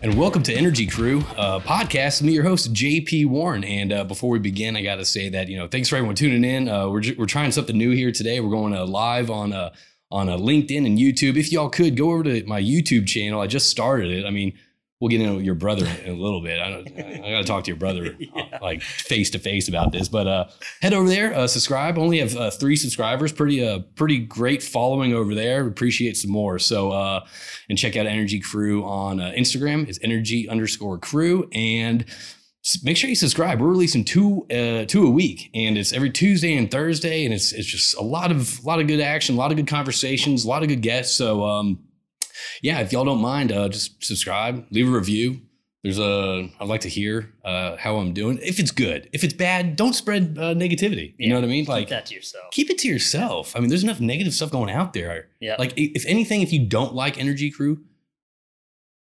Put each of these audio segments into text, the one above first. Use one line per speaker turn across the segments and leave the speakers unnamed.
And welcome to Energy Crew uh, podcast. Meet your host, JP Warren. And uh, before we begin, I got to say that, you know, thanks for everyone tuning in. Uh, we're, ju- we're trying something new here today. We're going uh, live on uh, on uh, LinkedIn and YouTube. If y'all could go over to my YouTube channel, I just started it. I mean, we'll get into your brother in a little bit. I, don't- I got to talk to your brother uh, like face to face about this. But uh, head over there, uh, subscribe. Only have uh, three subscribers. Pretty uh, pretty great following over there. Appreciate some more. So uh, and check out Energy Crew on uh, Instagram. It's energy underscore crew and. s- Make sure you subscribe. We're releasing two uh, two a week, and it's every Tuesday and Thursday, and it's it's just a lot of a lot of good action, a lot of good conversations, a lot of good guests. So um, yeah, if y'all don't mind, uh, just subscribe, leave a review. There's a I'd like to hear uh, how I'm doing. If it's good, if it's bad, don't spread uh, negativity. You
Yeah,
know what I mean?
Like
Like
that to yourself.
keep it to yourself. I mean, there's enough negative stuff going out there.
Yeah.
Like i- if anything, if you don't like Energy Crew,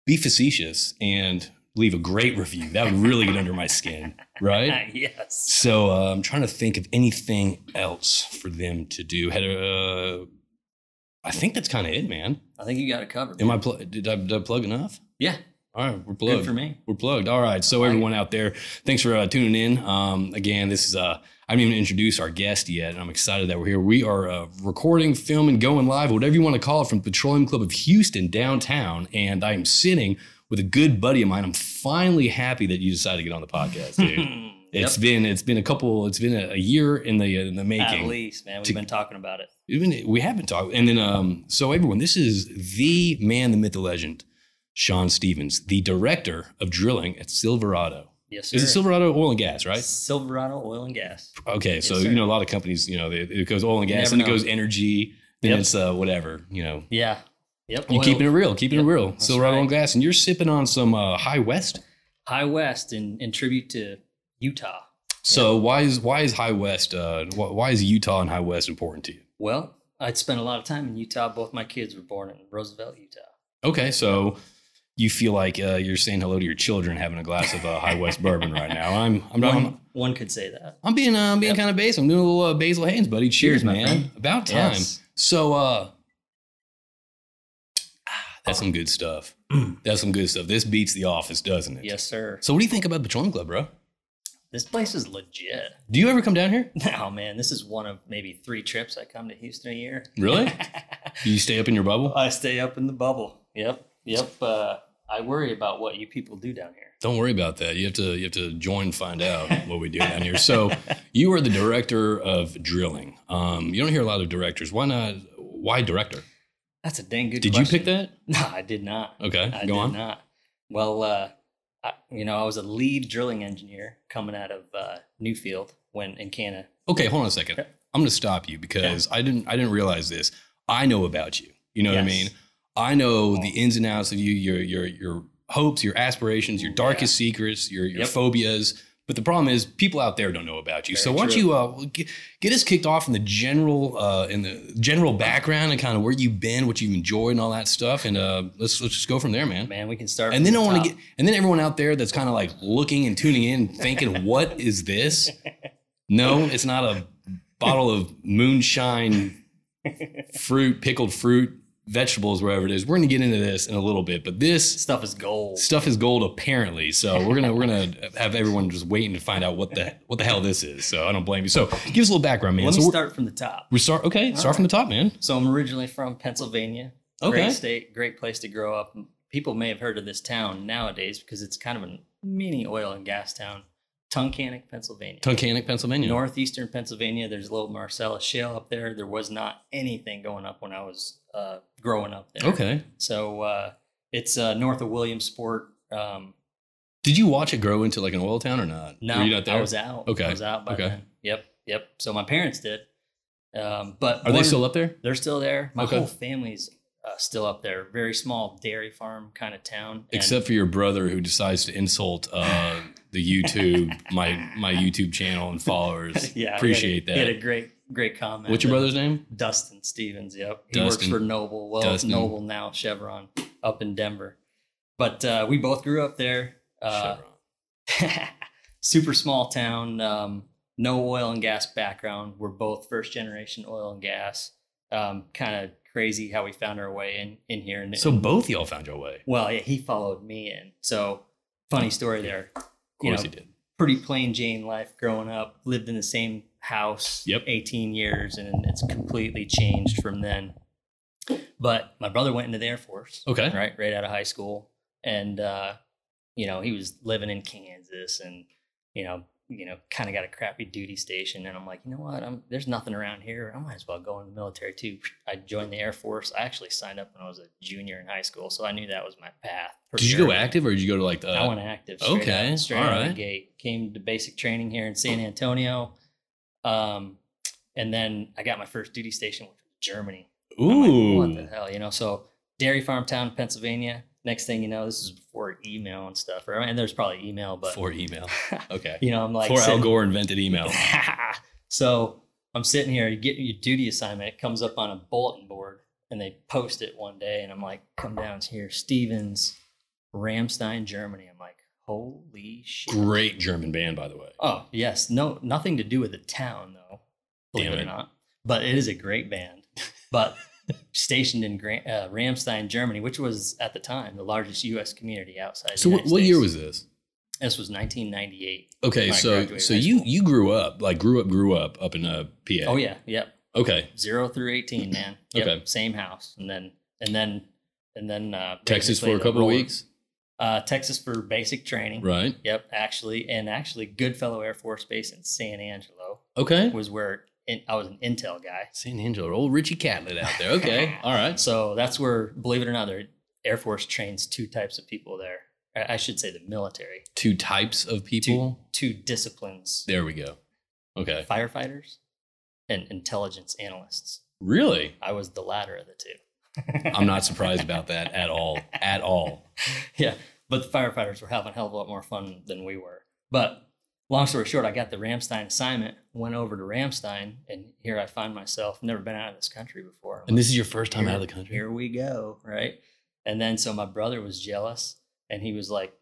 be facetious and leave a great review. That would really get under my skin, right?
yes.
So uh, I'm trying to think of anything else for them to do. Had a, uh, I think that's kind of it, man.
I think you got it covered.
Am I pl- did, I did I plug enough?
yeah.
All right, we're plugged.
Good for me.
We're plugged. All right. So
Like it.
everyone out there, thanks for uh, tuning in. Um, again, this is uh, I didn't even introduce our guest yet, and I'm excited that we're here. We are uh, recording, filming, going live, whatever you want to call it, from Petroleum Club of Houston downtown, and I am sitting with a good buddy of mine. I'm finally happy that you decided to get on the podcast, dude.
Yep.
It's been it's been a couple. It's been a, a year in the uh, in the
At
making.
least, man. We've
To-
been talking about it.
Even we haven't talked. And then, um, so everyone, this is the man, the myth, the legend, Sean Stevens, the director of drilling at Silverado.
Yes, sir.
Is it Silverado oil and gas, right?
Silverado Oil and Gas.
Okay, so
Yes, sir.
you know a lot of companies, you know, they, it goes oil and gas,
Never
and it
know.
goes energy, then
Yep.
it's uh, whatever, you know.
Yeah. Yep.
You
Oil-
keeping it real, keeping
Yep,
it real.
that's
Silverado oil and
right.
gas, and you're sipping on some uh, High West.
High West in, in tribute to Utah.
So why is why is High West? Uh, wh- why is Utah and High West important to you?
Well, I'd spent a lot of time in Utah. Both my kids were born in Roosevelt, Utah.
Okay, so you feel like uh, you're saying hello to your children, having a glass of uh, High West bourbon right now. I'm I'm not. I'm,
One, one could say that.
I'm being uh, I'm being
Yep.
kind of base. I'm doing a little uh, Basil Haynes, buddy. Cheers,
Cheers, my
man.
friend.
About time.
Yes.
So uh ah, that's some good stuff.
Mm.
That's some good stuff. This beats the office, doesn't it?
Yes, sir.
So what do you think about the Petroleum Club, bro?
This place is legit.
Do you ever come down here?
Now, man, this is one of maybe three trips I come to Houston a year.
Really? do you stay up in your bubble?
I stay up in the bubble. Yep. Yep. Uh, I worry about what you people do down here.
Don't worry about that. You have to you have to join find out what we do down here. So you are the director of drilling. Um, you don't hear a lot of directors. Why not? Why director?
That's a dang good
Did you
question.
pick that?
No, I did not.
Okay, go
I did
on.
not. Well, uh, I, you know, I was a lead drilling engineer coming out of uh, Newfield when in Canada.
Okay, hold on a second.
Yeah.
I'm going to stop you because I didn't I didn't realize this. I know about you. You know what I
Yes.
mean? I know the ins and outs of you, your your your hopes, your aspirations, your
Yeah.
darkest secrets, your your
Yep.
phobias. But the problem is, people out there don't know about you. so
Very
why don't
true.
you uh, get, get us kicked off in the general uh, in the general background and kind of where you've been, what you've enjoyed, and all that stuff. And uh, let's let's just go from there, man.
Man, we can start.
And
from
then I
the
want
top.
to get, and then everyone out there that's kind of like looking and tuning in, thinking, "What is this?" No, it's not a bottle of moonshine, fruit, pickled fruit, vegetables, wherever it is. We're going to get into this in a little bit, but this
stuff is gold.
stuff is gold apparently. So we're gonna we're gonna have everyone just waiting to find out what the what the hell this is. So I don't blame you. So give us a little background, man.
Let
so
me
we're-
start from the top.
we start okay. Start from the top, man.
So I'm originally from Pennsylvania.
Okay.
Great state, great place to grow up. People may have heard of this town nowadays because it's kind of a mini oil and gas town. Tunkhannock, Pennsylvania.
Tunkhannock, Pennsylvania.
northeastern Pennsylvania. There's a little Marcellus Shale up there. There was not anything going up when I was uh, growing up there.
Okay.
So uh, it's uh, north of Williamsport. Um,
Did you watch it grow into like an oil town or not?
no,
Were you not there?
I was out.
Okay,
I was out by
okay.
then. Yep. Yep. So my parents did. Um, but
Are they
one-
still up there?
They're still there. My
Okay.
whole family's uh, still up there. Very small dairy farm kind of town. And-
except for your brother who decides to insult uh, the YouTube my my YouTube channel and followers.
yeah,
appreciate
he had a- He
that.
had a great, great comment.
What's your
that-
brother's name?
Dustin Stevens. Yep, he
Dustin.
works for Noble. Well,
Dustin.
it's Noble now, Chevron, up in Denver. But uh, we both grew up there. Uh,
Chevron.
super small town. Um, no oil and gas background. We're both first generation oil and gas. Um, kind of crazy how we found our way in in here. And
So both y'all found your way.
well, yeah, he followed me in. So funny story there.
Of
You
course
know,
you did.
pretty plain Jane life growing up, lived in the same house
Yep.
18 years, and it's completely changed from then. But my brother went into the Air Force,
Okay.
right, right out of high school. And, uh, you know, he was living in Kansas and, you know, you know, kind of got a crappy duty station. And I'm like, you know what? I'm, there's nothing around here. I might as well go in the military too. I joined the Air Force. I actually signed up when I was a junior in high school. So I knew that was my path. for
Did you go
sure.
active or did you go to like the?
I went active. Straight
Uh, okay,
okay. Out, straight
all
out of the
right.
gate. Came to basic training here in San Antonio. Um, and then I got my first duty station with Germany. I'm like,
Ooh.
what the hell? You know, so Dairy Farm Town, Pennsylvania. Next thing you know, this is before email and stuff, right? And there's probably email, but
for email. Okay.
you know, I'm like
for Al
sitting-
Gore invented email. Oh.
so I'm sitting here, you get your duty assignment. It comes up on a bulletin board and they post it one day. And I'm like, come down here, Stevens, Ramstein, Germany. I'm like, holy shit.
Great German band, by the way.
Oh, yes. No, nothing to do with the town, though. Believe
Damn
it
it.
or not. But it is a great band. But stationed in Gran- uh, Ramstein, Germany, which was at the time the largest U.S. community outside.
So
the
what,
United
what year
States.
was this?
This was 1998.
Okay,
When I
so
graduated
so
high
you
school.
you grew up like grew up grew up up in uh, PA.
Oh yeah, yep.
Okay.
zero through 18 man yep,
Okay.
same house and then and then and then uh
Texas
basically
for a
the
couple of
roller-
weeks,
uh texas for basic training
right?
yep actually and actually goodfellow air force base in san angelo
Okay.
was where in, i was an intel guy
San Angelo, old Richie Catlett out there. Okay. All right.
so that's where believe it or not the air force trains two types of people there I- i should say the military
Two types of people.
two disciplines
There we go. Okay.
firefighters and intelligence analysts
Really?
i was the latter of the two
I'm not surprised about that at all. At all.
yeah, but the firefighters were having a hell of a lot more fun than we were. But long story short, I got the Ramstein assignment, went over to Ramstein, and here I find myself. Never been out of this country before.
And
I'm like,
this is your first time out of the country.
Here we go, right? And then so my brother was jealous, and he was like,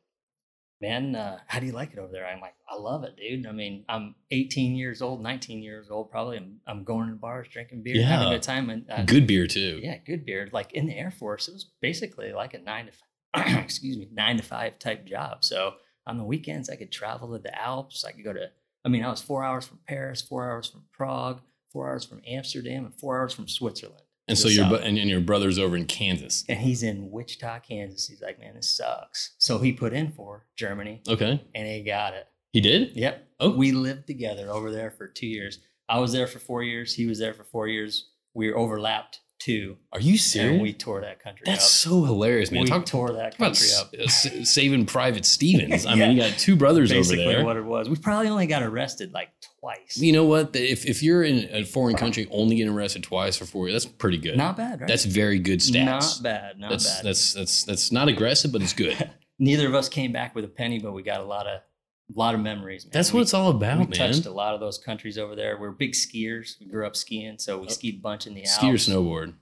"Man, uh, how do you like it over there?" I'm like, "I love it, dude. I mean, I'm 18 years old, 19 years old, probably. I'm, I'm going to bars, drinking beer, having
Yeah.
a good time, and uh,
Good beer too.
yeah, good beard. Like in the Air Force, it was basically like a nine to five, excuse me, nine to five type job. So on the weekends, I could travel to the Alps. I could go to, I mean, I was four hours from Paris, four hours from Prague, four hours from Amsterdam, and four hours from Switzerland.
And
to
so
the
your
south.
bu- and, and your brother's over in Kansas.
and he's in Wichita, Kansas. He's like, man, this sucks. So he put in for Germany,
Okay.
and he got it.
He did?
Yep.
Oh.
We lived together over there for two years. I was there for four years. He was there for four years. We overlapped two,
Are you
and
serious?
we tore that country
That's
up.
so hilarious, man.
we
Talk,
tore that
talk about
country
s-
up.
uh, s- saving Private Stevens. I
Yeah.
mean, you got two brothers over
Basically,
there.
what it was. We probably only got arrested like twice.
You know what? The- If, if you're in a foreign country, only getting arrested twice for four years, that's pretty good.
Not bad, right?
that's very good stats.
Not bad. Not
that's
bad.
that's that's that's not aggressive, but it's good.
Neither of us came back with a penny, but we got a lot of lot of memories. Man.
That's
we,
what it's all
we
about, man.
touched a lot of those countries over there. We're big skiers. We grew up skiing, so we
Oh.
skied bunch in the Alps.
Ski or snowboard.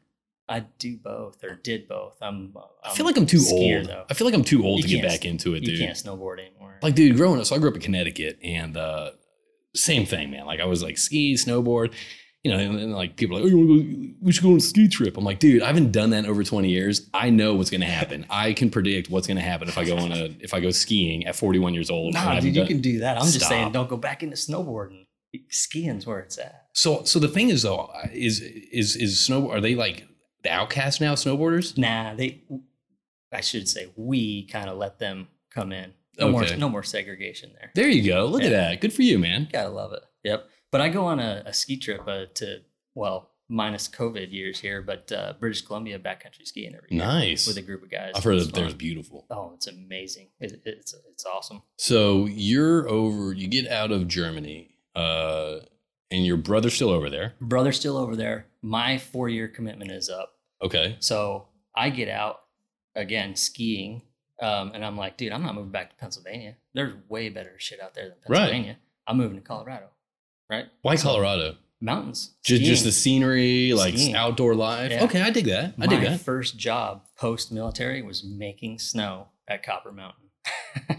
I do both, or did both. I'm. I'm
I feel like I'm too
skier,
old.
Though.
I feel like I'm too old
You
to get
can't-
back into it,
you
dude.
can't snowboard anymore.
Like, dude, growing up, so I grew up in Connecticut, and uh, same thing, man. Like, I was like ski, snowboard. You know, and, and like people are like, oh, you wanna go, we should go on a ski trip. I'm like, dude, I haven't done that in over 20 years. I know what's gonna happen. I can predict what's gonna happen if I go on a if I go skiing at 41 years old. and I
nah,
haven't
dude, you
done-
can do that. I'm just saying,
Stop.
don't go back into snowboarding. Skiing's where it's at.
So, so the thing is though, is is is snow? Are they like the outcasts now? Snowboarders?
Nah, they. I should say we kind of let them come in. No
Okay.
more, no more segregation there.
There you go. Look at that. Good for you, man.
Gotta love it. Yep. But I go on a, a ski trip uh, to well, minus COVID years here, but uh, British Columbia backcountry skiing every year
Nice.
with a group of guys.
I've heard
It's
that
fun.
there's beautiful.
Oh, it's amazing. It, it's it's awesome.
So you're over. You get out of Germany, uh, and your brother's still over there.
Brother's still over there. My four year commitment is up.
Okay.
So I get out again skiing, um, and I'm like, dude, I'm not moving back to Pennsylvania. There's way better shit out there than
Right.
Pennsylvania. I'm moving to Colorado, right?
Why Colorado?
Mountains.
Just, just
skiing.
the scenery, like
Skiing.
outdoor life.
Yeah.
Okay, I dig that. I dig
My
that.
first job post military was making snow at Copper Mountain.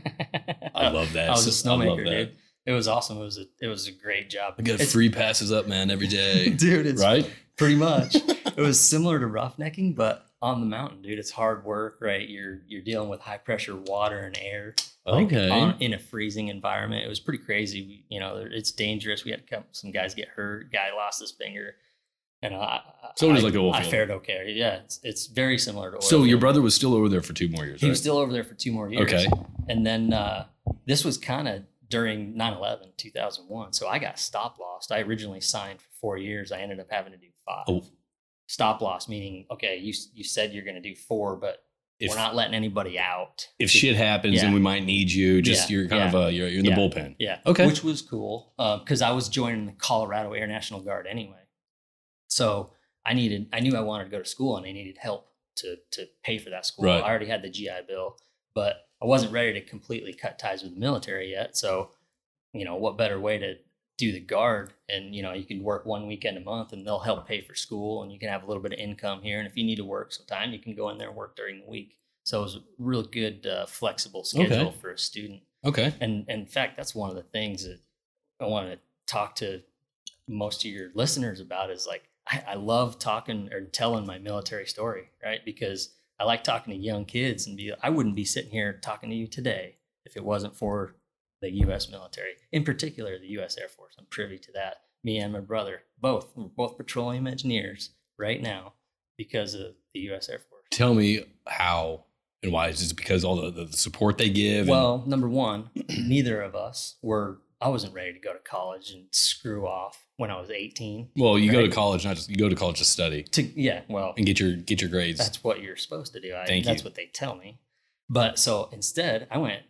I love that.
I was a
So- I love
snowmaker,
that.
dude. It was awesome. It was a it was a great job.
I got
It's-
free passes up, man, every day.
dude. It's
right?
pretty much. it was similar to roughnecking, but on the mountain, dude. It's hard work, right? You're you're dealing with high pressure water and air. like,
Okay.
on- in a freezing environment, it was pretty crazy. We, you know, it's dangerous. We had a couple, some guys get hurt. Guy lost his finger, and I.
So it is
I-
like the oil
I
field.
fared okay. Yeah, it's, it's very similar to oil.
so your
field.
brother was still over there for two more years.
He was
right?
still over there for two more years.
Okay.
And then uh, this was kind of during 9 11, 2001. So I got stop lost. I originally signed for four years. I ended up having to do five.
Oh.
Stop loss, meaning, okay, you, you said you're going to do four, but
If,
we're not letting anybody out.
if shit happens, then
Yeah.
we might need you. Just
Yeah,
you're kind of uh, you're, you're in
Yeah.
the bullpen.
Yeah.
Okay.
Which was cool because I was joining the Colorado Air National Guard anyway. So I needed, I knew I wanted to go to school and I needed help to to pay for that school.
Right.
I already had the GI Bill, but I wasn't ready to completely cut ties with the military yet. So, you know, what better way to do the guard? And you know, you can work one weekend a month, and they'll help pay for school, and you can have a little bit of income here. And if you need to work some time, you can go in there and work during the week. So it was a real good, uh, flexible schedule for a student
Okay.
and, and in fact that's one of the things that i want to talk to most of your listeners about is like I, I love talking or telling my military story right because i like talking to young kids and be i wouldn't be sitting here talking to you today if it wasn't for the us military in particular the us air force i'm privy to that me and my brother both we're both petroleum engineers right now because of the us air force
Tell me how and why. Is it because all the, the, the support they give? and-
Well, number one, neither of us were. I wasn't ready to go to college and screw off when I was 18.
well, you go
right.
to college, not just you go to college to study
To yeah, well,
and get your get your grades.
that's what you're supposed to do. I,
Thank
that's
you.
what they tell me. But so instead, I went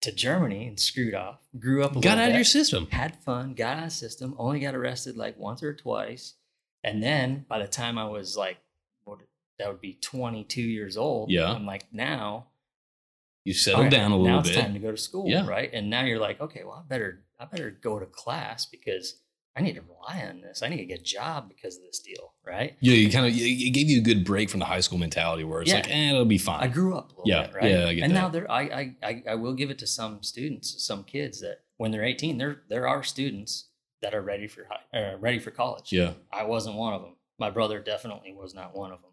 to Germany and screwed off. Grew up a
Got
little
out of
bit,
your system.
had fun, got out of system. Only got arrested like once or twice, and then by the time I was like, what, that would be 22 years old.
Yeah.
I'm like now
You settled
Okay,
down a little
now
bit.
it's time to go to school,
Yeah.
right? And now you're like, okay, well, I better, I better go to class because I need to rely on this. I need to get a job because of this deal, right?
yeah, you kind of it gave you a good break from the high school mentality where it's
Yeah.
like, eh, it'll be
I
fine.
grew up a little
Yeah,
bit, right?
yeah, I get
and
that.
now there, I, I, I, I will give it to some students, some kids that when they're 18, there, there are students that are ready for high, uh, ready for college.
yeah.
I wasn't one of them. My brother definitely was not one of them.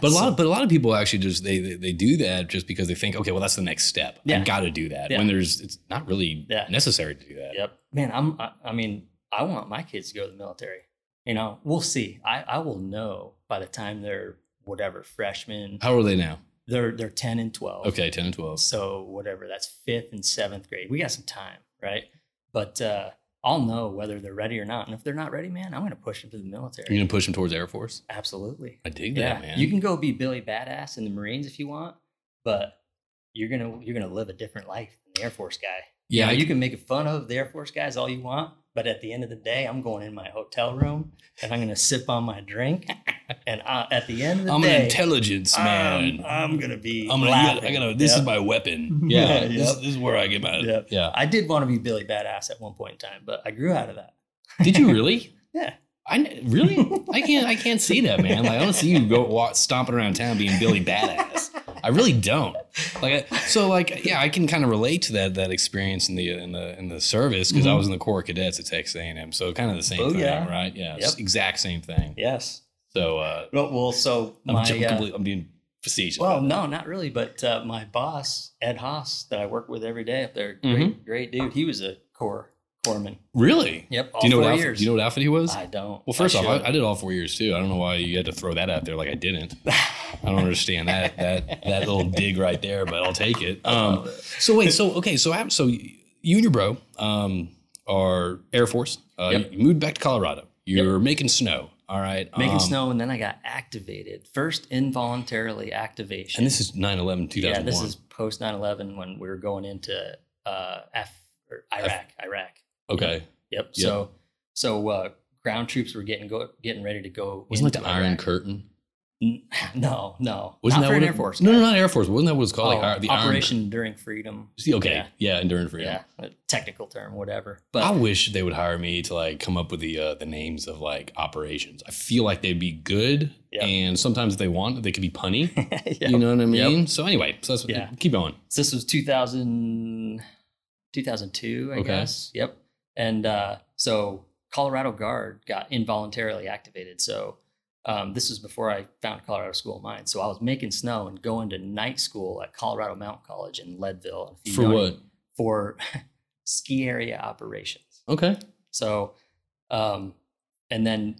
But a lot,
So-
of, but a lot of people actually just they, they they do that just because they think, okay, well, that's the next step.
Yeah.
I got to do that.
Yeah.
When there's, it's not really
Yeah.
necessary to do that.
Yep. Man, I'm. I, I mean, I want my kids to go to the military. You know, we'll see. I, I will know by the time they're whatever freshmen.
How old are they now?
They're they're ten and twelve.
Okay, ten and twelve.
So whatever, that's fifth and seventh grade. We got some time, right? But uh, I'll know whether they're ready or not. And if they're not ready, man, I'm going to push them to the military.
You're gonna push them towards Air Force.
Absolutely.
I dig
Yeah,
that, man.
you can go be Billy Badass in the Marines if you want, but you're gonna you're gonna live a different life than the Air Force guy.
yeah,
Yeah,
I-
you can make fun of the Air Force guys all you want, but at the end of the day, I'm going in my hotel room and I'm going to sip on my drink. And I, at the end of the
I'm
day,
an intelligence man.
I'm, I'm going to be.
I'm gonna,
laughing.
I gotta. This
Yep.
is my weapon.
Yeah,
Yeah, this,
yep.
this is where I get my.
Yep.
Yeah.
I did want to be Billy Badass at one point in time, but I grew out of that.
Did you really?
Yeah.
I kn- really. I can't. I can't see that, man. Like I don't see you go walk, stomping around town being Billy Badass. I really don't. Like I, so, like yeah, I can kind of relate to that that experience in the in the in the service because I
Mhm.
was in the Corps of Cadets at Texas A and M, so kind of the same
Oh,
thing,
yeah.
right? Yeah,
Yep.
s- exact same thing.
Yes.
So uh,
Well, well so
I'm,
my.
j-
uh,
complete- I'm being facetious.
well,
about that.
no, not really. But uh, my boss, Ed Haas, that I work with every day up there, great,
Mm-hmm.
great dude. He was a corps corpsman.
really.
Yep. All
Do you know
four
what outfit,
years.
Do you know what outfit he was?
I don't.
well, first off,
should.
I, I did all four years too. I don't know why you had to throw that out there like I didn't. I don't understand that that that little dig right there, but I'll take it. Um, so wait, so okay, so I'm- so you and your bro um, are Air Force. Uh,
Yep.
You moved back to Colorado. You're making snow. All right,
making
um,
snow and then i got activated first involuntarily activation
And this is 9-11, 2001.
yeah this is post 9-11 when we were going into uh Af- or iraq iraq
okay.
yep
Yeah.
so so uh ground troops were getting go getting ready to go
Wasn't like the
into
Iron
Iraq.
Curtain?
N- no no
Wasn't that
not for
what
an
it-
air force
No,
guy.
no, not Air Force. Wasn't that what it's called?
Oh,
like Iron- the Iron
operation during freedom
Cur- See, okay, yeah,
yeah,
Enduring Freedom.
yeah a technical term whatever but
I wish they would hire me to like come up with the uh, the names of like operations. I feel like they'd be good,
Yeah.
and sometimes if they want, they could be punny.
yeah.
You know what I mean? So anyway, so that's
Yeah.
keep going.
So this was 2000, 2002, I
Okay.
guess. Yep. And uh, so Colorado Guard got involuntarily activated. So Um, this was before I found Colorado School of Mines. So I was making snow and going to night school at Colorado Mountain College in Leadville. If you
For
know
what?
For ski area operations.
Okay.
So, um, and then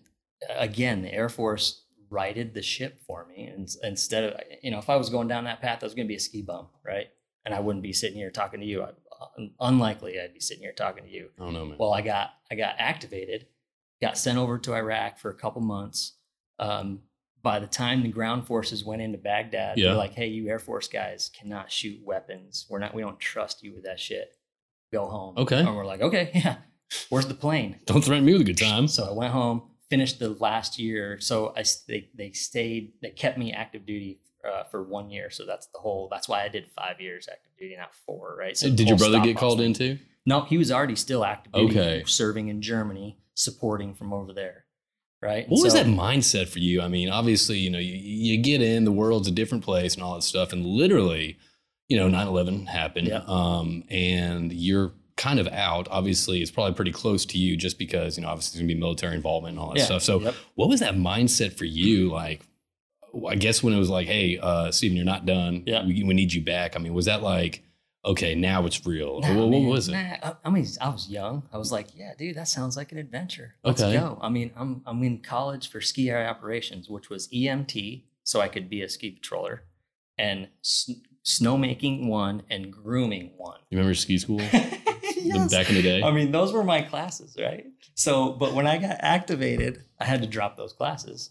uh, again, the Air Force righted the ship for me. And s- instead of, you know, if I was going down that path, I was going to be a ski bum, right? And I wouldn't be sitting here talking to you. I, un- unlikely I'd be sitting here talking to you.
I don't know, man.
Well, I got I got activated, got sent over to Iraq for a couple months. Um, by the time the ground forces went into Baghdad,
Yeah.
they're like, "Hey, you Air Force guys cannot shoot weapons. We're not. We don't trust you with that shit. Go home."
Okay.
And we're like, "Okay, yeah. Where's the plane?"
don't threaten me with a good time.
So I went home, finished the last year. So I s- they they stayed. They kept me active duty. Uh, for one year, so that's the whole. That's why I did five years active duty, not four, right? So the
Did your
whole
brother
stop
get
loss
called
thing.
in too?
No, he was already still active duty,
Okay.
serving in Germany, supporting from over there, right? And
What was
so-
that mindset for you? I mean, obviously, you know, you, you get in, the world's a different place and all that stuff. And literally, you know, 9 11 happened.
Yeah.
Um, and you're kind of out. Obviously, it's probably pretty close to you just because, you know, obviously, there's going to be military involvement and all that
Yeah.
stuff. So,
Yep.
what was that mindset for you? Like, I guess when it was like, hey, uh, Steven, you're not done.
Yeah.
We, we need you back. I mean, was that like, okay, now it's real?
Nah,
Or what, what
man,
was it?
nah, I, I mean, I was young. I was like, yeah, dude, that sounds like an adventure. Let's
Okay.
go. I mean, I'm I'm in college for ski area operations, which was EMT, so I could be a ski patroller, and sn- snowmaking one and grooming one.
You remember ski school
Yes.
back in the day?
I mean, those were my classes, right? So, but when I got activated, I had to drop those classes.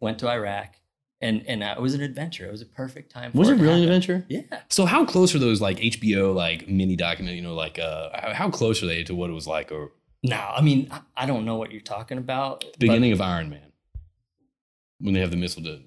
Went to Iraq, and and uh, it was an adventure. It was a perfect time. For
was it
to
really an
happen.
adventure?
Yeah,
So how close are those like HBO like mini document? You know, like uh, how, how close are they to what it was like or
no, I mean, I, I don't know what you're talking about. but-
beginning of Iron Man when they have the missile de-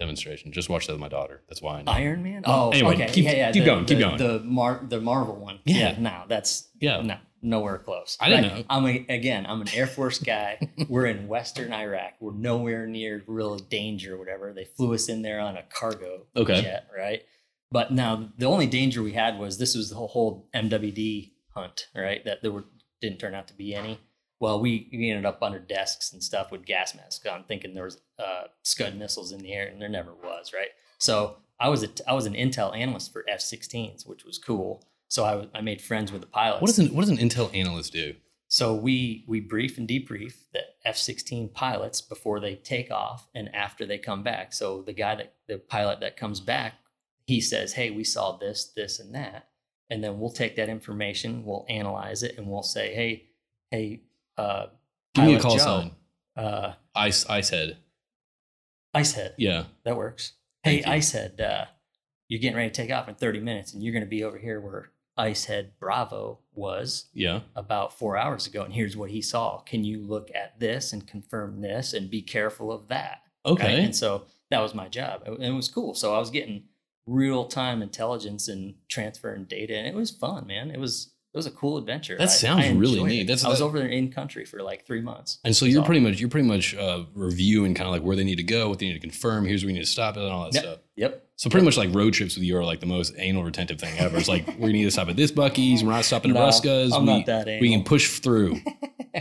demonstration? Just watched that with my daughter. That's why I know.
Iron Man.
Well,
Oh,
anyway,
okay.
keep-
yeah, yeah,
keep
the-
going, keep
the-
going.
The Mar- the Marvel one.
Yeah.
no, that's
yeah,
no, nowhere close.
I didn't know.
I'm a, again, I'm an Air Force guy. We're in Western Iraq. We're nowhere near real danger, or whatever. They flew us in there on a cargo
Okay.
jet, right? But now the only danger we had was this was the whole, whole MWD hunt, right? That there were didn't turn out to be any. Well, we, we ended up under desks and stuff with gas masks on, thinking there was uh, Scud missiles in the air, and there never was, right? So I was a, I was an intel analyst for F-16s, which was cool. So I, w- I made friends with the pilots.
what does an what does an intel analyst do?
So we we brief and debrief the F-16 pilots before they take off and after they come back. So the guy that the pilot that comes back, he says, "Hey, we saw this, this, and that," and then we'll take that information, we'll analyze it, and we'll say, "Hey, hey, uh,
Give me a
Pilot
call
Joe.
sign.
uh,
Ice Icehead.
Icehead,
Yeah.
that works.
Thank
Hey,
you.
Icehead, uh, you're getting ready to take off in 30 minutes, and you're going to be over here where Icehead Bravo was."
Yeah.
about four hours ago and here's what he saw can you look at this and confirm this and be careful of that right?
Okay.
and so that was my job and it was cool so i was getting real time intelligence and transferring data and it was fun man it was it was a cool adventure
That sounds really
enjoyed
neat.
it.
That's-
i was
that-
over there in country for like three months
And so you're
So-
pretty much you're pretty much uh, reviewing kind of like where they need to go, what they need to confirm. Here's where we need to stop it and all that
Yep.
stuff.
yep
So pretty much like road trips with you are like the most anal retentive thing ever. It's like we need to stop at this Bucky's, we're not stopping at
No,
Ruska's.
i'm
we,
not that
we
anal.
can push through.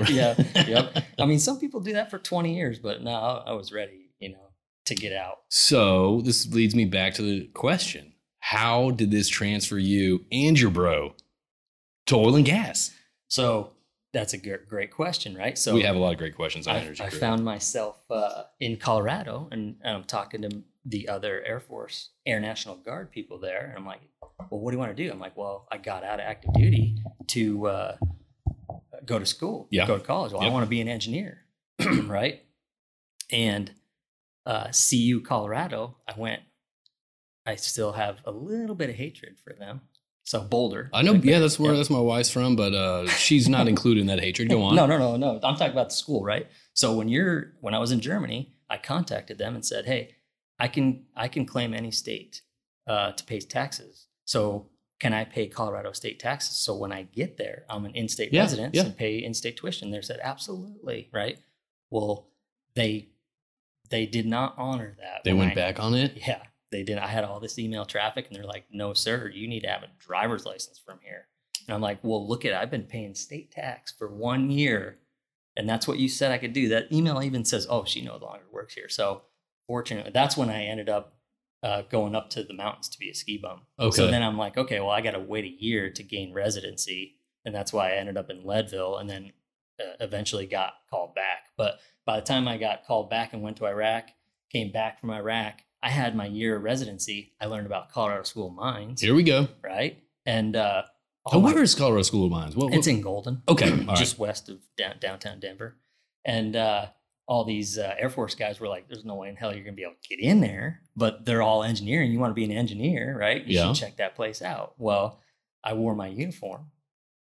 yeah yep i mean some people do that for 20 years but no I, I was ready you know to get out
So this leads me back to the question: How did this transfer you and your bro to oil and gas?
so that's a good, great question right so
we have a lot of great questions on
I,
energy.
I
Grid.
found myself uh, in Colorado and, and I'm talking to the other Air Force, Air National Guard people there. And I'm like, well, what do you want to do? I'm like, well, I got out of active duty to uh, go to school,
Yeah.
go to college. Well,
Yep.
I want to be an engineer, right? And uh, CU Colorado, I went, I still have a little bit of hatred for them. So Boulder.
I know,
like,
yeah, that's where
yeah.
that's my wife's from, but uh, she's not included in that hatred. Go on.
No, no, no, no. I'm talking about the school, right? So when you're when I was in Germany, I contacted them and said, "Hey, I can I can claim any state uh, to pay taxes. So can I pay Colorado state taxes? So when I get there, I'm an in-state
Yeah,
resident
yeah.
and pay in-state tuition." They said, "Absolutely, right." Well, they they did not honor that.
They
when
went
I-
back on it.
yeah, they did. I had all this email traffic, and they're like, "No, sir, you need to have a driver's license from here." And I'm like, "Well, look at I've been paying state tax for one year, and that's what you said I could do. That email even says, "Oh, she no longer works here." So fortunately, that's when I ended up uh, going up to the mountains to be a ski bum. So
Okay.
then I'm like, okay, well, I got to wait a year to gain residency, and that's why I ended up in Leadville, and then uh, eventually got called back. But by the time I got called back and went to Iraq, came back from Iraq, I had my year of residency. I learned about Colorado School of Mines,
Here we go.
right? And uh,
Oh,
all my-
where is Colorado School of Mines? What, what-
it's in Golden.
Okay, all right.
just west of down, downtown Denver. And uh, all these uh, Air Force guys were like, there's no way in hell you're going to be able to get in there, but they're all engineering. You want to be an engineer, right? You
Yeah.
should check that place out. Well, I wore my uniform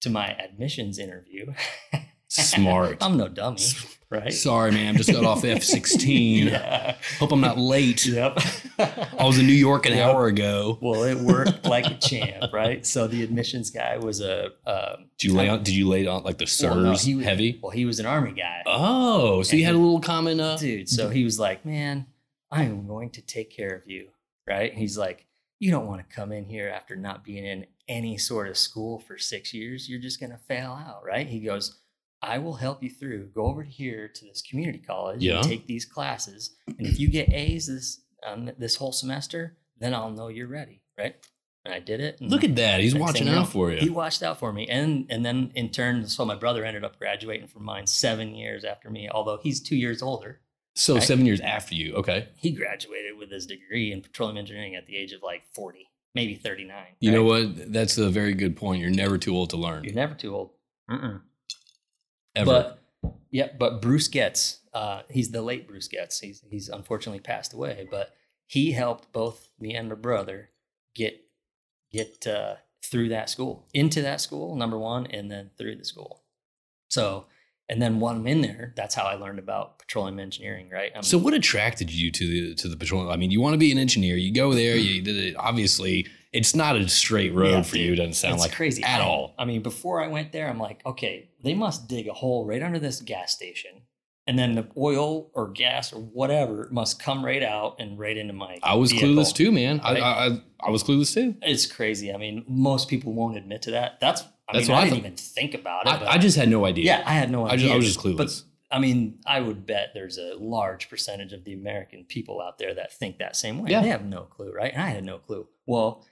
to my admissions interview.
Smart.
I'm no dummy, right?
Sorry, man. Just got off F sixteen.
Yeah.
Hope I'm not late.
Yep.
I was in New York an
Yeah.
hour ago.
well, it worked like a champ, right? So the admissions guy was a. Um,
Did you lay on? Did you lay on like the
well,
SIRS
no, he was-
heavy?
Well, he was an army guy.
Oh, so you had a little common. Uh,
dude. So he was like, man, I am going to take care of you. Right. He's like, you don't want to come in here after not being in any sort of school for six years. You're just going to fail out. Right. He goes, I will help you through. Go over here to this community college
Yeah.
and take these classes. And if you get A's this, um, this whole semester, then I'll know you're ready. Right. And I did it. and-
look at that. He's
Next
watching
thing you
out
know,
for
he
you.
watched out for me, and and then in turn, so my brother ended up graduating from mine seven years after me. Although he's two years older,
So
right?
seven years after you. Okay.
he graduated with his degree in petroleum engineering at the age of like forty, maybe thirty nine.
You know what? That's a very good point. You're never too old to learn.
You're never too old. Mm-mm.
Ever.
But yeah, but Bruce Getz, uh, he's the late Bruce Getz. He's he's unfortunately passed away, but he helped both me and my brother get get uh, through that school, into that school, number one, and then through the school. So, and then while I'm in there, that's how I learned about petroleum engineering, right? I'm,
So what attracted you to the to the petroleum? I mean, you want to be an engineer. You go there. You did it. Obviously, it's not a straight road
Mm. Yeah,
for you. It doesn't sound
it's
like
crazy
at
I-
all.
I mean, before I went there, I'm like, okay, they must dig a hole right under this gas station, and then the oil or gas or whatever must come right out and right into my.
I was
vehicle.
clueless too, man. I,
Right.
I I I was clueless too.
It's crazy. I mean, most people won't admit to that. That's I
That's
mean,
what
I
I
didn't
thought.
even think about it.
I,
but-
I just had no idea.
yeah, I had no
I
idea.
just, I was just clueless.
But I mean, I would bet there's a large percentage of the American people out there that think that same way.
Yeah.
They have no clue, right? And I had no clue. Well,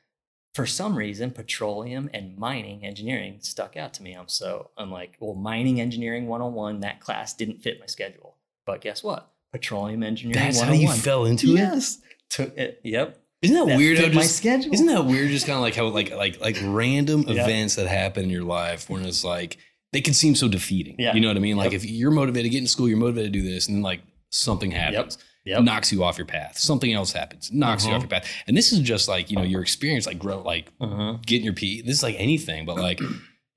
for some reason, petroleum and mining engineering stuck out to me. I'm so I'm like, well, mining engineering 101, that class didn't fit my schedule. But guess what? Petroleum engineering
That's how
101.
you fell into it.
yes. Took it. Yep.
Isn't that,
That
weird?
fit
How
my
just-
schedule.
isn't that weird? Just kind of like how like like like random
Yeah.
events that happen in your life when it's like they can seem so defeating.
Yeah.
You know what I mean? Like if you're motivated, get in school, you're motivated to do this, and then like something happens,
Yep.
knocks you off your path. Something else happens, knocks you
Mhm.
off your path. And this is just like you know your experience, like grow, like
Mhm.
getting your P. This is like anything, but like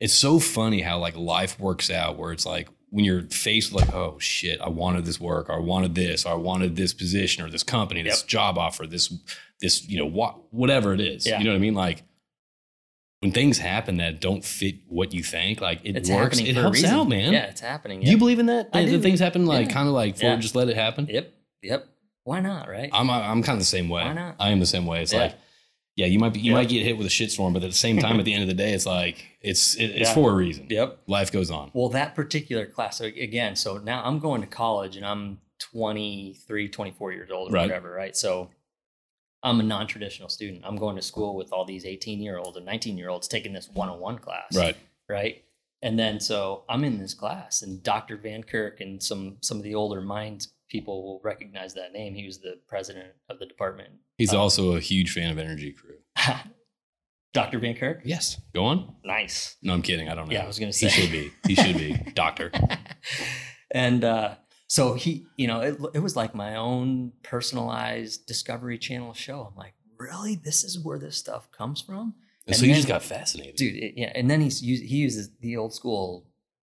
it's so funny how like life works out where it's like when you're faced with like, oh shit, I wanted this work, or I wanted this, or I wanted this position or this company, this job offer, this this, you know, what whatever it is.
Yeah.
You know what I mean? Like when things happen that don't fit what you think, like it
It's
works.
happening
It
for a
helps
reason.
out, man.
Yeah, it's happening.
Do
Yep.
you believe in that?
I
That- that
do.
things happen like
Yeah.
kind of like for
Yeah.
just let it happen.
yep. Yep. Why not? Right.
I'm uh, I'm kind of the same way.
Why not?
I am the same way. It's
Yeah.
like, yeah, you might be you
Yeah.
might get hit with a shitstorm, but at the same time, at the end of the day, it's like it's it, it's
Yeah.
for a reason.
yep.
Life goes on.
Well, that particular class, so again, so now I'm going to college and I'm 23, 24 years old or
Right.
whatever, right? So I'm a non traditional student. I'm going to school with all these 18 year olds and 19 year olds taking this 101 class,
Right.
Right. And then so I'm in this class, and Dr. Van Kirk and some some of the older minds people will recognize that name. He was the president of the department.
He's
Uh,
also a huge fan of Energy Crew.
Dr. Van Kirk,
Yes. Go on.
nice.
No, I'm kidding. I don't know.
Yeah, I was gonna
he
say
should be. He should be doctor.
and uh, so he, you know, it, it was like my own personalized Discovery Channel show. I'm like, really? This is where this stuff comes from,
And,
And
so you
then-
just got fascinated.
dude. It, yeah. And then he's use, he uses the old school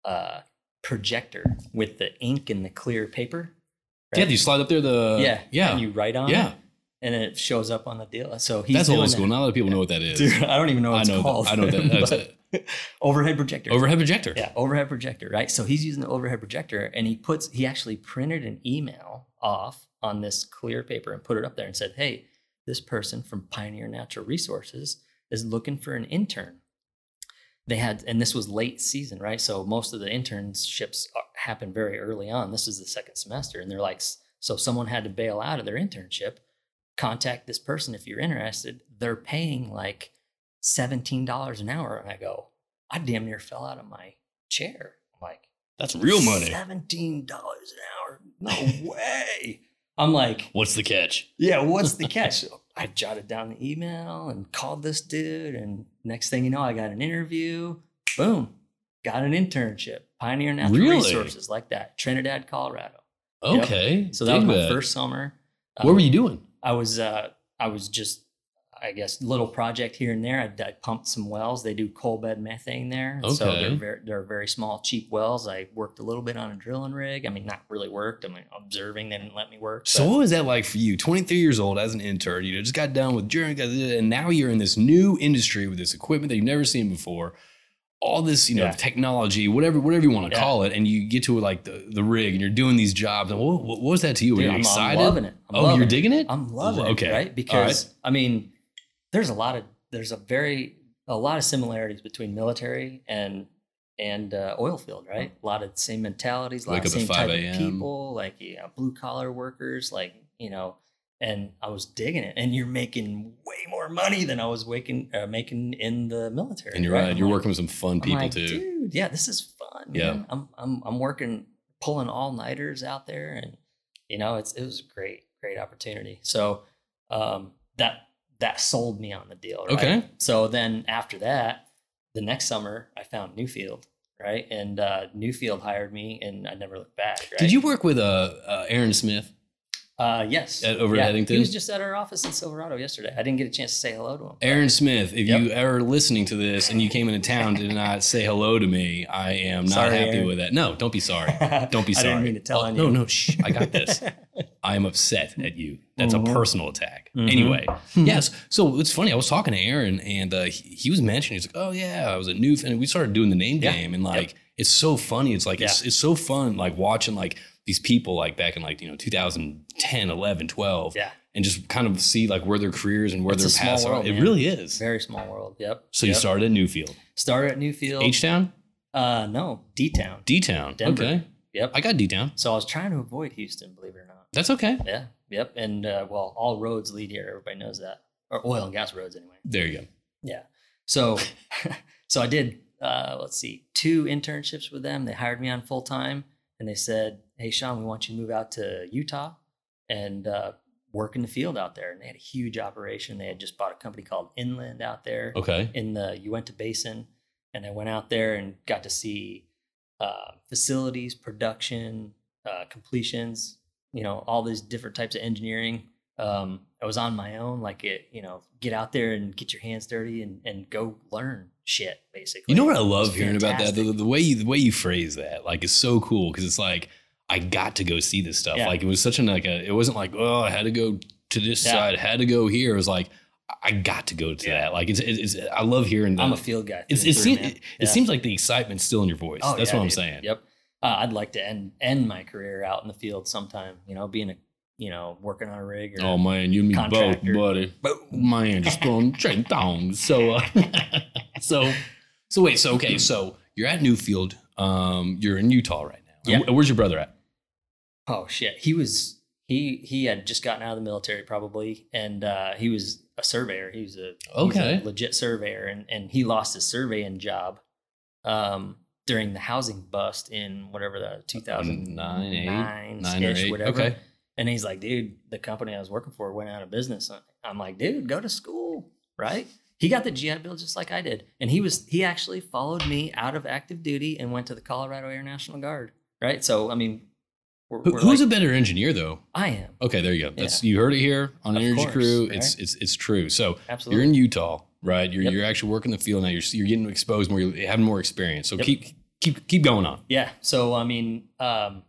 uh, projector with the ink and the clear paper.
Yeah, you slide up there. The
yeah,
yeah,
And you write on,
yeah.
it, and it shows up on the deal. So he's
That's
doing
old school.
that.
Not a lot of people know what that is.
Dude, I don't even know what
I
it's
know.
called.
That, I know that. That's
but
a
overhead projector.
overhead projector.
Yeah, overhead projector, right? So he's using the overhead projector and he puts, he actually printed an email off on this clear paper and put it up there and said, Hey, this person from Pioneer Natural Resources is looking for an intern. they had, and this was late season, right? So most of the internships are- happen very early on. This is the second semester, and they're like, s- so someone had to bail out of their internship. Contact this person if you're interested. They're paying like seventeen dollars an hour, and I go, I damn near fell out of my chair. I'm like,
That's real money.
seventeen dollars an hour? No way. I'm like,
What's the catch?
yeah, what's the catch? I jotted down the email and called this dude, and next thing you know, I got an interview. Boom, got an internship. Pioneer Natural
Really?
Resources, like that, Trinidad, Colorado. Yep.
Okay.
So that was
dig
my first summer. Uh,
What were you doing?
I was, uh, I was just, I guess, little project here and there. I, I pumped some wells. They do coal bed methane there, so
Okay.
they're very, they're very small, cheap wells. I worked a little bit on a drilling rig. I mean, not really worked. I mean, observing. They didn't let me work.
So
but-
what was that like for you? 23 years old as an intern, you know, just got done with jury, and now you're in this new industry with this equipment that you've never seen before. All this, you know,
Yeah.
technology, whatever, whatever you want to
Yeah.
call it, and you get to like the, the rig and you're doing these jobs. And what, what was that to you? Were
Dude,
you
I'm,
excited?
I'm loving it. I'm
oh,
loving
you're
it.
digging it?
I'm loving
Okay.
it,
All right.
right? Because I mean, there's a lot of there's a very a lot of similarities between military and and uh, oil field, right? A lot of same mentalities, a lot
Wake
of
up at
same type
5 a.m..
of people, like yeah, blue collar workers, like you know. And I was digging it, and you're making way more money than I was waking, uh, making in the military.
and you're right.
I'm
You're
like,
working with some fun
I'm
people
like,
too.
Dude, yeah, this is fun.
Yeah.
man. I'm I'm I'm working pulling all nighters out there and you know, it's it was a great, great opportunity. So um that that sold me on the deal, right?
Okay.
So then after that, the next summer I found Newfield, right? And uh Newfield hired me and I never looked back, right?
Did you work with uh, uh Aaron Smith?
uh yes.
At- over at Eddington?
He was just at our office in Silverado yesterday. I didn't get a chance to say hello to him.
Aaron Smith, if
Yep.
you are listening to this and you came into town and did not say hello to me, I am not
Sorry,
happy
Aaron.
with that. No, don't be sorry. Don't be sorry.
I didn't mean to tell
Oh,
on
No,
you.
no, shh. I got this. I am upset at you. That's
Mhm.
a personal attack.
Mhm.
Anyway, yes. So it's funny. I was talking to Aaron, and uh, he, he was mentioning, he's like, "Oh yeah, I was a new," and we started doing the name
Yeah.
game, and like, it's so funny. It's like it's, it's so fun, like watching like these people like back in like you know 2010, 11, 12,
Yeah.
and just kind of see like where their careers and where
It's a
their
small
paths are.
world,
It
man.
really is.
Very small world. Yep.
So you
Yep.
started at Newfield,
started at Newfield.
H Town,
uh, no, D Town.
D Town.
Denver.
Okay,
Yep.
I got D Town.
so I was trying to avoid Houston, believe it or not.
That's okay.
Yeah. Yep. And uh, well, all roads lead here. Everybody knows that, or oil and gas roads anyway.
There you go.
So, so I did. Uh, let's see, two internships with them. They hired me on full time, and they said, "Hey, Sean, we want you to move out to Utah and uh, work in the field out there." And they had a huge operation. They had just bought a company called Inland out there.
Okay.
in the Uinta Basin, and I went out there and got to see uh, facilities, production, uh, completions, you know, all these different types of engineering. Um, I was on my own, like it, you know, get out there and get your hands dirty and, and go learn shit, basically.
You know what I
It's
love hearing about that? The,
fantastic.
the way you the way you phrase that, like, is so cool because it's like I got to go see this stuff.
Yeah.
Like it was such an like a it wasn't like oh I had to go to this
Yeah.
side, had to go here. It was like I- I got to go to
Yeah.
that. Like it's, it's, it's I love hearing that.
I'm a field guy.
it's,
through
it,
and
seems,
through, man.
it,
Yeah.
seems like the excitement's still in your voice.
Oh,
That's
yeah,
what I'm
dude.
saying.
Yep. Uh, I'd like to end end my career out in the field sometime. You know, being a you know working on a rig or
Oh man, you and me
Contractor.
both, buddy.
boom.
Man, just throwing straight down. So, uh, so, so wait. So okay. So you're at Newfield. Um, you're in Utah right now.
Yeah.
And wh- Where's your brother at?
Oh shit. He was he he had just gotten out of the military probably and uh he was a surveyor. He was a, he's a
Okay.
legit surveyor and and he lost his surveying job um during the housing bust in whatever the 2009
Uh, eight,
nine
or eight.
whatever.
Okay.
And he's like, "Dude, the company I was working for went out of business." I'm like, "Dude, go to school, right?" He got the GI Bill just like I did, and he was he actually followed me out of active duty and went to the Colorado Air National Guard, right? So I mean, we're,
Who,
we're
who's
like-
a better engineer though?
I am
Okay, there you go. That's you heard it here on
Of
Energy
course,
Crew.
right?
It's it's it's true. So
absolutely.
you're in Utah, right? You're
Yep.
you're actually working the field now. You're you're getting exposed more. You're having more experience. So
Yep.
keep keep keep going on.
yeah. So I mean, um,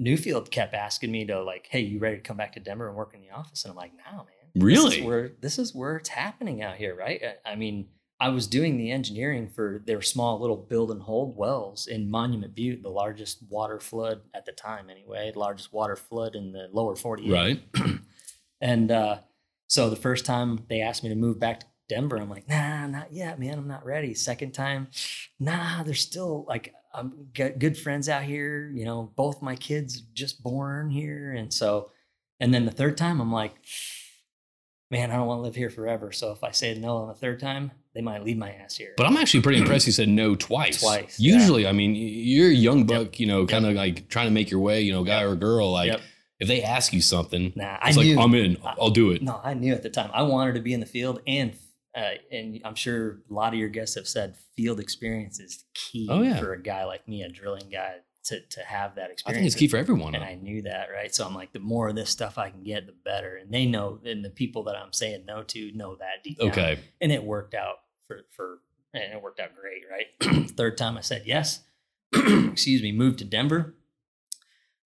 Newfield kept asking me to like, "Hey, you ready to come back to Denver and work in the office?" And I'm like, "No, man. This
Really?
is where this is where it's happening out here, right? I, I mean, I was doing the engineering for their small little build and hold wells in Monument Butte, the largest water flood at the time, anyway, largest water flood in the lower 48.
Right.
and uh, so the first time they asked me to move back Denver. I'm like, nah, not yet, man. I'm not ready. Second time, nah, there's still like I'm got good friends out here. You know, both my kids just born here, and so, and then the third time, I'm like, man, I don't want to live here forever. So if I say no on the third time, they might leave my ass here.
But I'm actually pretty impressed you said no twice.
Twice, yeah.
Usually, I mean, you're a young buck, you know, kind of like trying to make your way, you know, guy
Yep.
or girl. Like,
Yep.
if they ask you something,
nah, I
it's like,
knew.
I'm in,
I-
I'll do it.
no, I knew at the time. I wanted to be in the field, and uh, and I'm sure a lot of your guests have said field experience is key
Oh, yeah.
for a guy like me, a drilling guy, to to have that experience.
I think it's key for everyone.
and I knew that, right? So I'm like, the more of this stuff I can get, the better. And they know, and the people that I'm saying no to know that deep down.
okay.
And it worked out for for, and it worked out great, right? Third time I said yes. Excuse me. Moved to Denver.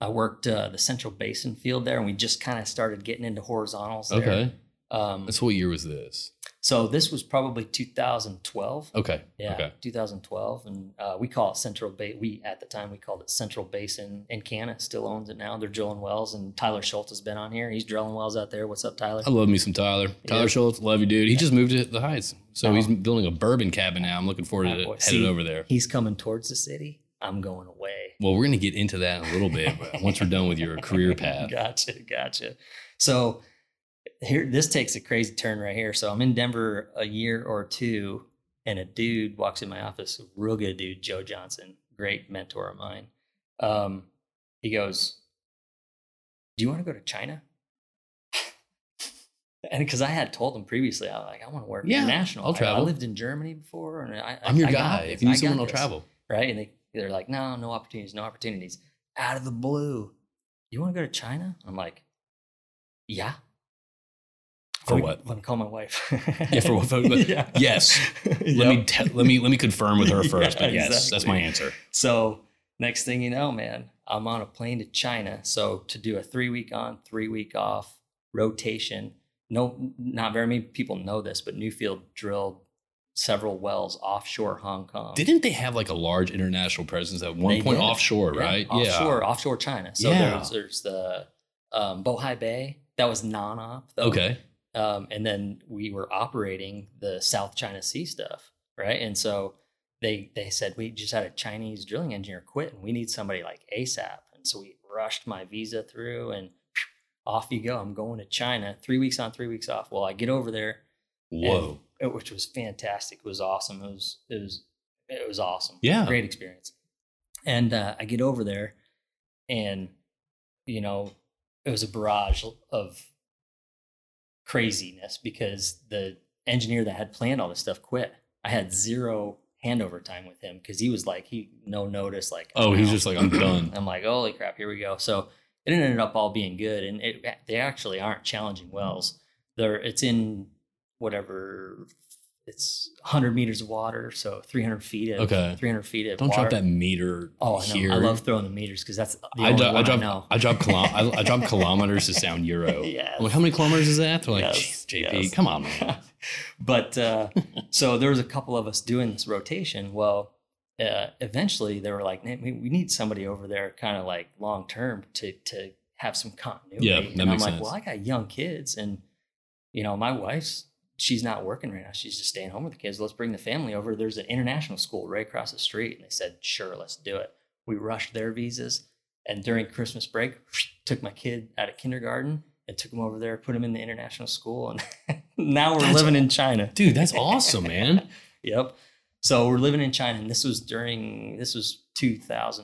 I worked uh, the Central Basin field there, and we just kind of started getting into horizontals. There.
Okay.
Um,
That's what year was this?
so this was probably 2012.
Okay.
Yeah,
Oh, Okay.
2012, and uh, we call it Central Bay. We at the time we called it Central Basin, and Canna still owns it now. They're drilling wells, and Tyler Schultz has been on here. He's drilling wells out there. What's up, Tyler?
I love me some Tyler. Tyler
Yeah.
Schultz, love you, dude. He just moved to the Heights. So
Oh.
he's building a bourbon cabin now. I'm looking forward
Oh,
to
boy.
headed
See?
over there.
He's coming towards the city. I'm going away.
Well, we're going to get into that in a little bit once we're done with your career path.
gotcha, gotcha. So here, this takes a crazy turn right here. So I'm in Denver a year or two, and a dude walks in my office, a real good dude, Joe Johnson, great mentor of mine. Um, he goes, "Do you want to go to China?" and because I had told him previously, I was like, "I want to work
Yeah,
international.
I'll
I-
travel.
I lived in Germany before, and I, I-
I'm your
I got
guy.
this.
If you
I
need
got
someone, I'll
this."
travel.
right? And they they're like, no, no opportunities, no opportunities. Out of the blue, you want to go to China? I'm like, yeah.
For
Let me-
what?
Let me call my wife.
Yeah, for what?
Yeah.
Yes. Let me te- let me let me confirm with her
Yeah,
first. but yes, that's my
exactly.
answer.
So next thing you know, man, I'm on a plane to China. So to do a three week on, three week off rotation. No, not very many people know this, but Newfield drilled several wells offshore Hong Kong.
Didn't they have like a large international presence at one
They
point
did.
offshore, right?
Yeah, offshore, offshore China. So
Yeah.
there's, there's the um, Bohai Bay that was non-op, though.
Okay.
Um, and then we were operating the South China Sea stuff, right? And so they they said we just had a Chinese drilling engineer quit, and we need somebody like ASAP. And so we rushed my visa through, and off you go. I'm going to China, three weeks on, three weeks off. Well, I get over there,
Whoa.
uh, which was fantastic. It was awesome. It was it was it was awesome.
Yeah.
great experience. And uh, I get over there, and you know, it was a barrage of craziness because the engineer that had planned all this stuff quit. I had zero handover time with him because he was like he no notice like
Oh, he's
out.
just like, I'm done.
I'm like holy crap here we go. So it ended up all being good, and it, they actually aren't challenging
Mm.
wells. They're it's in whatever it's 100 meters of water, so 300 feet of
Okay.
300 feet of
Don't
water.
drop that meter
Oh, I know.
here.
I love throwing the meters because that's the
I
only
dro- I
one I,
drop-
know.
I drop kilo- I, I drop kilometers to sound euro.
Yes.
I'm like, how many kilometers is that? They're like,
Yes,
"Jeez, JP,
yes.
come on, man.
but uh, so there was a couple of us doing this rotation. Well, uh, eventually they were like, "Man, we, we need somebody over there, kind of like long term, to to have some continuity.
Yeah, that
and I'm
makes
like,
sense.
well, I got young kids, and you know, my wife's she's not working right now. She's just staying home with the kids. Let's bring the family over. There's an international school right across the street, and they said, sure, let's do it. We rushed their visas, and during Christmas break, took my kid out of kindergarten and took him over there, put him in the international school, and now we're
That's
living in China.
Dude, that's awesome, man.
Yep. So we're living in China, and this was during this was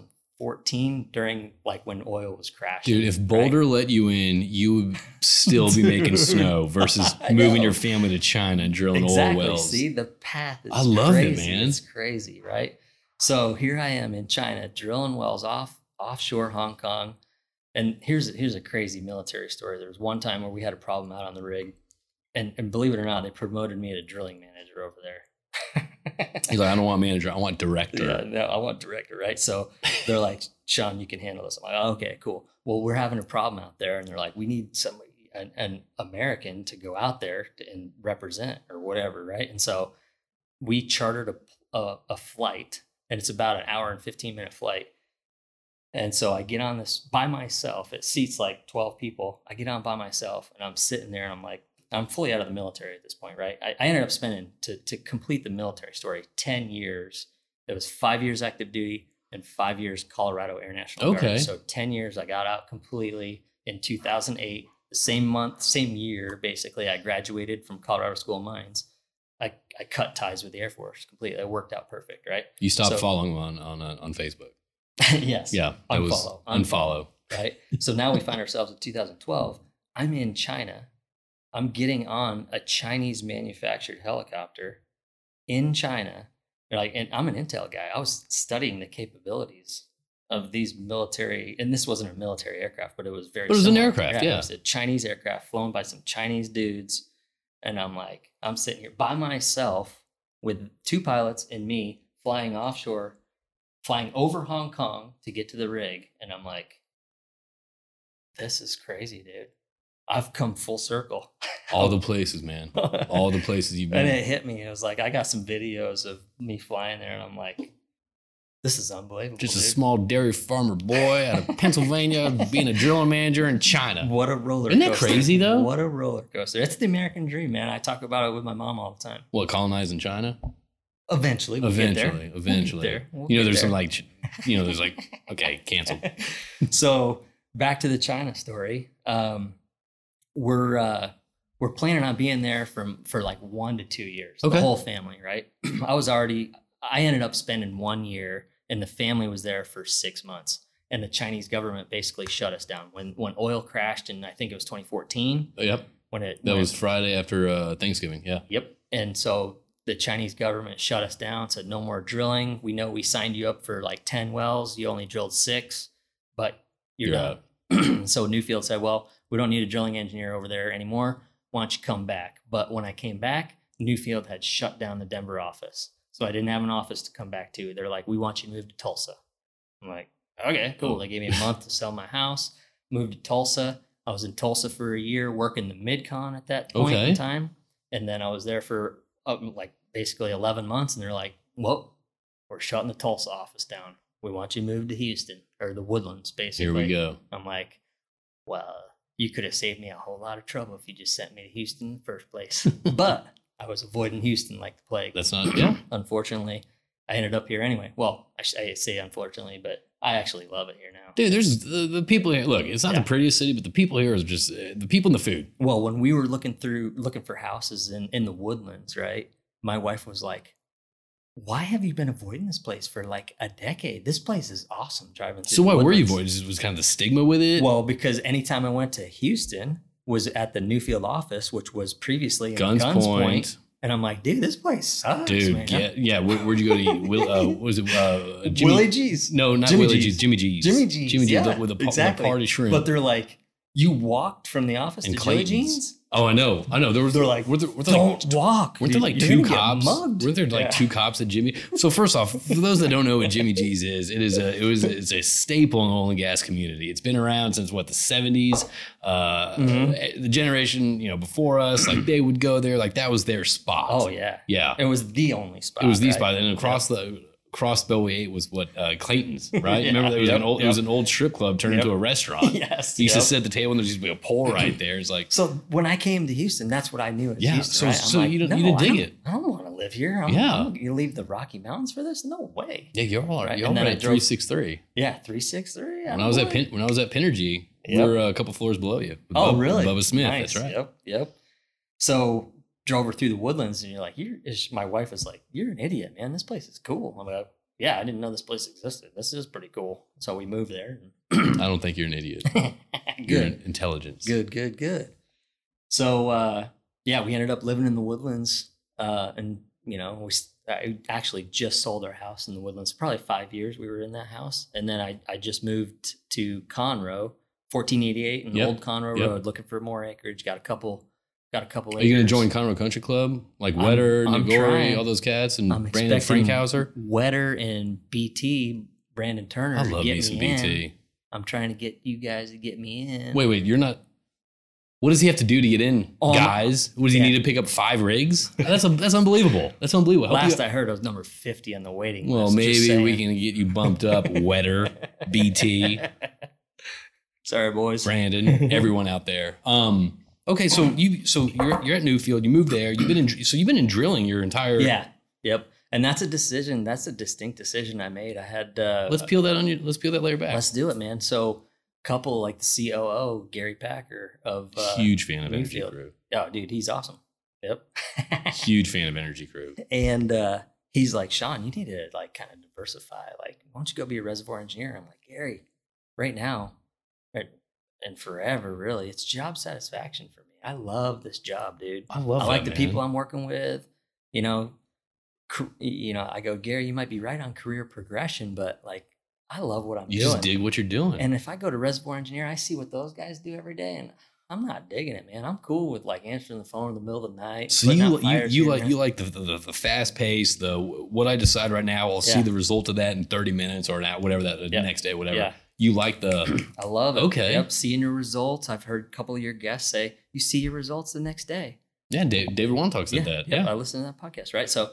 2014, during like when oil was crashing.
Dude, if
right?
Boulder let you in, you would still be making
Dude.
snow versus
I
moving
know.
your family to China and drilling
exactly.
oil wells.
See the path. Is
I love it,
crazy.
man.
It's crazy, right? So here I am in China, drilling wells off offshore Hong Kong. And here's here's a crazy military story. There was one time where we had a problem out on the rig, and, and believe it or not, they promoted me to drilling manager over there.
He's like, I don't want manager, I want director.
Yeah, no, I want director, right? So they're like, Sean, you can handle this. I'm like, "Oh, okay, cool. Well, we're having a problem out there, and they're like, we need somebody, an, an American, to go out there to- and represent or whatever, right? And so we chartered a, a a flight, and it's about an hour and fifteen minute flight. And so I get on this by myself. It seats like twelve people. I get on by myself, and I'm sitting there, and I'm like, I'm fully out of the military at this point, right? I, I ended up spending to to complete the military story ten years. It was five years active duty and five years Colorado Air National Guard.
Okay.
So ten years I got out completely in 2008. The same month, same year, basically, I graduated from Colorado School of Mines. I, I cut ties with the Air Force completely. It worked out perfect, right?
You stopped
So-
following on on uh, on Facebook.
yes.
Yeah, that was
Unfollow,
unfollow.
right? So now we find ourselves in 2012. I'm in China. I'm getting on a Chinese manufactured helicopter in China. They're Like, and I'm an intel guy. I was studying the capabilities of these military, and this wasn't a military aircraft, but it was very.
But it was an
similar.
aircraft,
it was a Chinese aircraft flown by some Chinese dudes, and I'm like, I'm sitting here by myself with two pilots and me flying offshore, flying over Hong Kong to get to the rig, and I'm like, this is crazy, dude. I've come full circle.
All the places, man. All the places you've been.
and it hit me. It was like I got some videos of me flying there, and I'm like, this is unbelievable.
Just a
dude.
small dairy farmer boy out of Pennsylvania being a drilling manager in China.
What a roller
Isn't that
coaster.
crazy, though?
What a roller coaster. It's the American dream, man. I talk about it with my mom all the time.
What colonizing China?
Eventually, we'll get there.
Eventually, eventually.
We'll get there. We'll
you know,
get
there's some
there.
like, ch- you know, there's like, okay, cancel.
so back to the China story. Um, we're uh, we're planning on being there from for like one to two years.
Okay.
The whole family, right? I was already. I ended up spending one year, and the family was there for six months. And the Chinese government basically shut us down when when oil crashed, and I think it was 2014
Yep,
when it
that
when-
was Friday after uh, Thanksgiving. Yeah,
Yep. And so the Chinese government shut us down, said no more drilling. We know we signed you up for like 10 wells. You only drilled six, but you're,
You're
done. so Newfield said, well, we don't need a drilling engineer over there anymore. Why don't you come back? But when I came back, Newfield had shut down the Denver office. So I didn't have an office to come back to. They're like, we want you to move to Tulsa. I'm like, okay, cool.
Cool.
They gave me a month to sell my house, moved to Tulsa. I was in Tulsa for a year working the MidCon at that point
Okay.
in time. And then I was there for uh, like basically 11 months. And they're like, well, we're shutting the Tulsa office down. We want you to move to Houston or the Woodlands, basically.
here we go.
I'm like, well, you could have saved me a whole lot of trouble if you just sent me to Houston in the first place. but I was avoiding Houston like the plague
That's not. Yeah,
unfortunately, I ended up here anyway. Well, I, sh- I say unfortunately, but I actually love it here now.
dude. There's the, the people here. Look, it's not
Yeah.
the prettiest city, but the people here is just uh, the people and the food.
Well, when we were looking through looking for houses in in the woodlands, right? My wife was like, "Why have you been avoiding this place for like a decade? This place is awesome." Driving. Through
So
the
why were you
woodlands."
void? Just was kind of the stigma with it.
Well, because anytime I went to Houston was at the Newfield office, which was previously in
Guns,
Guns,
Point.
Point. and I'm like, "Dude, this place sucks,
dude.
man."
Yeah, yeah. Where, would you go to eat? Will, uh, what was it uh, Jimmy?
Willie G's.
No, not
Jimmy
Willie
G's.
G's. Jimmy G's.
Jimmy G's,
Jimmy G's
yeah,
with a, pa-
exactly.
with a party shrimp.
But they're like, you walked from the office
And
to Jimmy
Clayton's.
Jeans.
oh, I know. I know. There was
They're like,
were there, were there like
Don't walk.
Weren't there like
dude. You're
two
gonna get
cops?
mugged.
Weren't there like
Yeah.
two cops at Jimmy? So first off, for those that don't know what Jimmy G's is, it is a it was it's a staple in the oil and gas community. It's been around since what the seventies. Uh,
Mhm.
The generation you know before us, like they would go there, like that was their spot.
Oh yeah,
yeah.
it was the only spot.
It was the
right?
spot, and across the across Bellway Eight was what uh, Clayton's, right?
Yeah.
Remember, there was an
Yep,
old it was an old strip club turned
Yep.
into a restaurant.
yes.
You used
yep.
to sit at the table, and there used to be a pole right there. It's like,
so when I came to Houston, that's what I knew. As
Yeah,
Houston,
so-
right?
so you don't- you didn't
I
dig
don't-
it."
I don't want to live here. I'm,
Yeah.
I'm- you leave the Rocky Mountains for this? No way.
yeah, you're all
Right,
right. You're all
and then
right
I
at
drove-
three six three.
Yeah, three six three.
when I was at Pin, when I was at Pinergy, we
Yep.
were a couple floors below you. with
Oh,
Bub-
really?
Bubba Smith.
Nice.
That's right.
Yep. Yep. So drove her through the woodlands, and you're like, "You're." is- My wife was like, "You're an idiot, man. This place is cool." I'm like, "Yeah, I didn't know this place existed. This is pretty cool." So we moved there.
I don't think you're an idiot. You're
good.
an intelligence.
Good. Good. Good. So uh, yeah, we ended up living in the woodlands, uh, and you know, we s- I actually just sold our house in the woodlands. Probably five years we were in that house, and then I I just moved to Conroe, fourteen eighty eight, and
Yep.
Old Conroe
Yep.
Road, looking for more acreage. Got a couple. Got a couple.
Are you going to join
acres.
Conroe Country Club like
I'm-
Wetter,
I'm
Nagori,
trying.
all those cats, and
I'm
Brandon
expecting-
Frankhauser?
Wetter and BT Brandon Turner?
I
to
love
get
me some
in.
BT.
I'm trying to get you guys to get me in.
Wait, wait, you're not. What does he have to do to get in,
Oh, I'm-
guys? What does he
Yeah.
need to pick up five rigs? That's a, that's unbelievable. That's unbelievable. Help you-
Last I heard, I was number fifty on the waiting
well,
list. just
maybe we
saying.
can get you bumped up, Wetter, BT.
Sorry, boys.
Brandon, everyone out there. Um, Okay, so you so you're you're at Newfield. You moved there. You've been in so you've been in drilling your entire.
Yeah. Yep. And that's a decision. That's a distinct decision I made. I had. Uh,
Let's peel that on you. Let's peel that layer back.
let's do it, man. So, couple like the COO Gary Packer of uh,
Huge fan of Energy
Newfield.
Crew.
Oh, dude, he's awesome. Yep.
Huge fan of Energy Crew.
and uh, he's like, Sean, you need to like kind of diversify. Like, why don't you go be a reservoir engineer? I'm like, Gary, right now, right, and forever, really, it's job satisfaction for me. I love this job, dude.
I love.
I like
that,
the people
man.
I'm working with. You know, cr- you know, I go, Gary, you might be right on career progression, but like, I love what I'm
You
doing.
just dig what you're doing.
And if I go to Reservoir Engineer, I see what those guys do every day, and I'm not digging it, man. I'm cool with like answering the phone in the middle of the night.
so
putting
you
out
you,
fires
you
here
like
and
you like the, the the fast pace the what I decide right now I'll see
Yeah.
the result of that in 30 minutes or an hour whatever that the
Yeah.
next day
there.
whatever
Yeah,
you like the
I love it.
Okay.
Yep. Seeing your results. I've heard a couple of your guests say you see your results the next day.
yeah Dave, David Wantock said that
yep,
yeah
I listened to that podcast, right? So,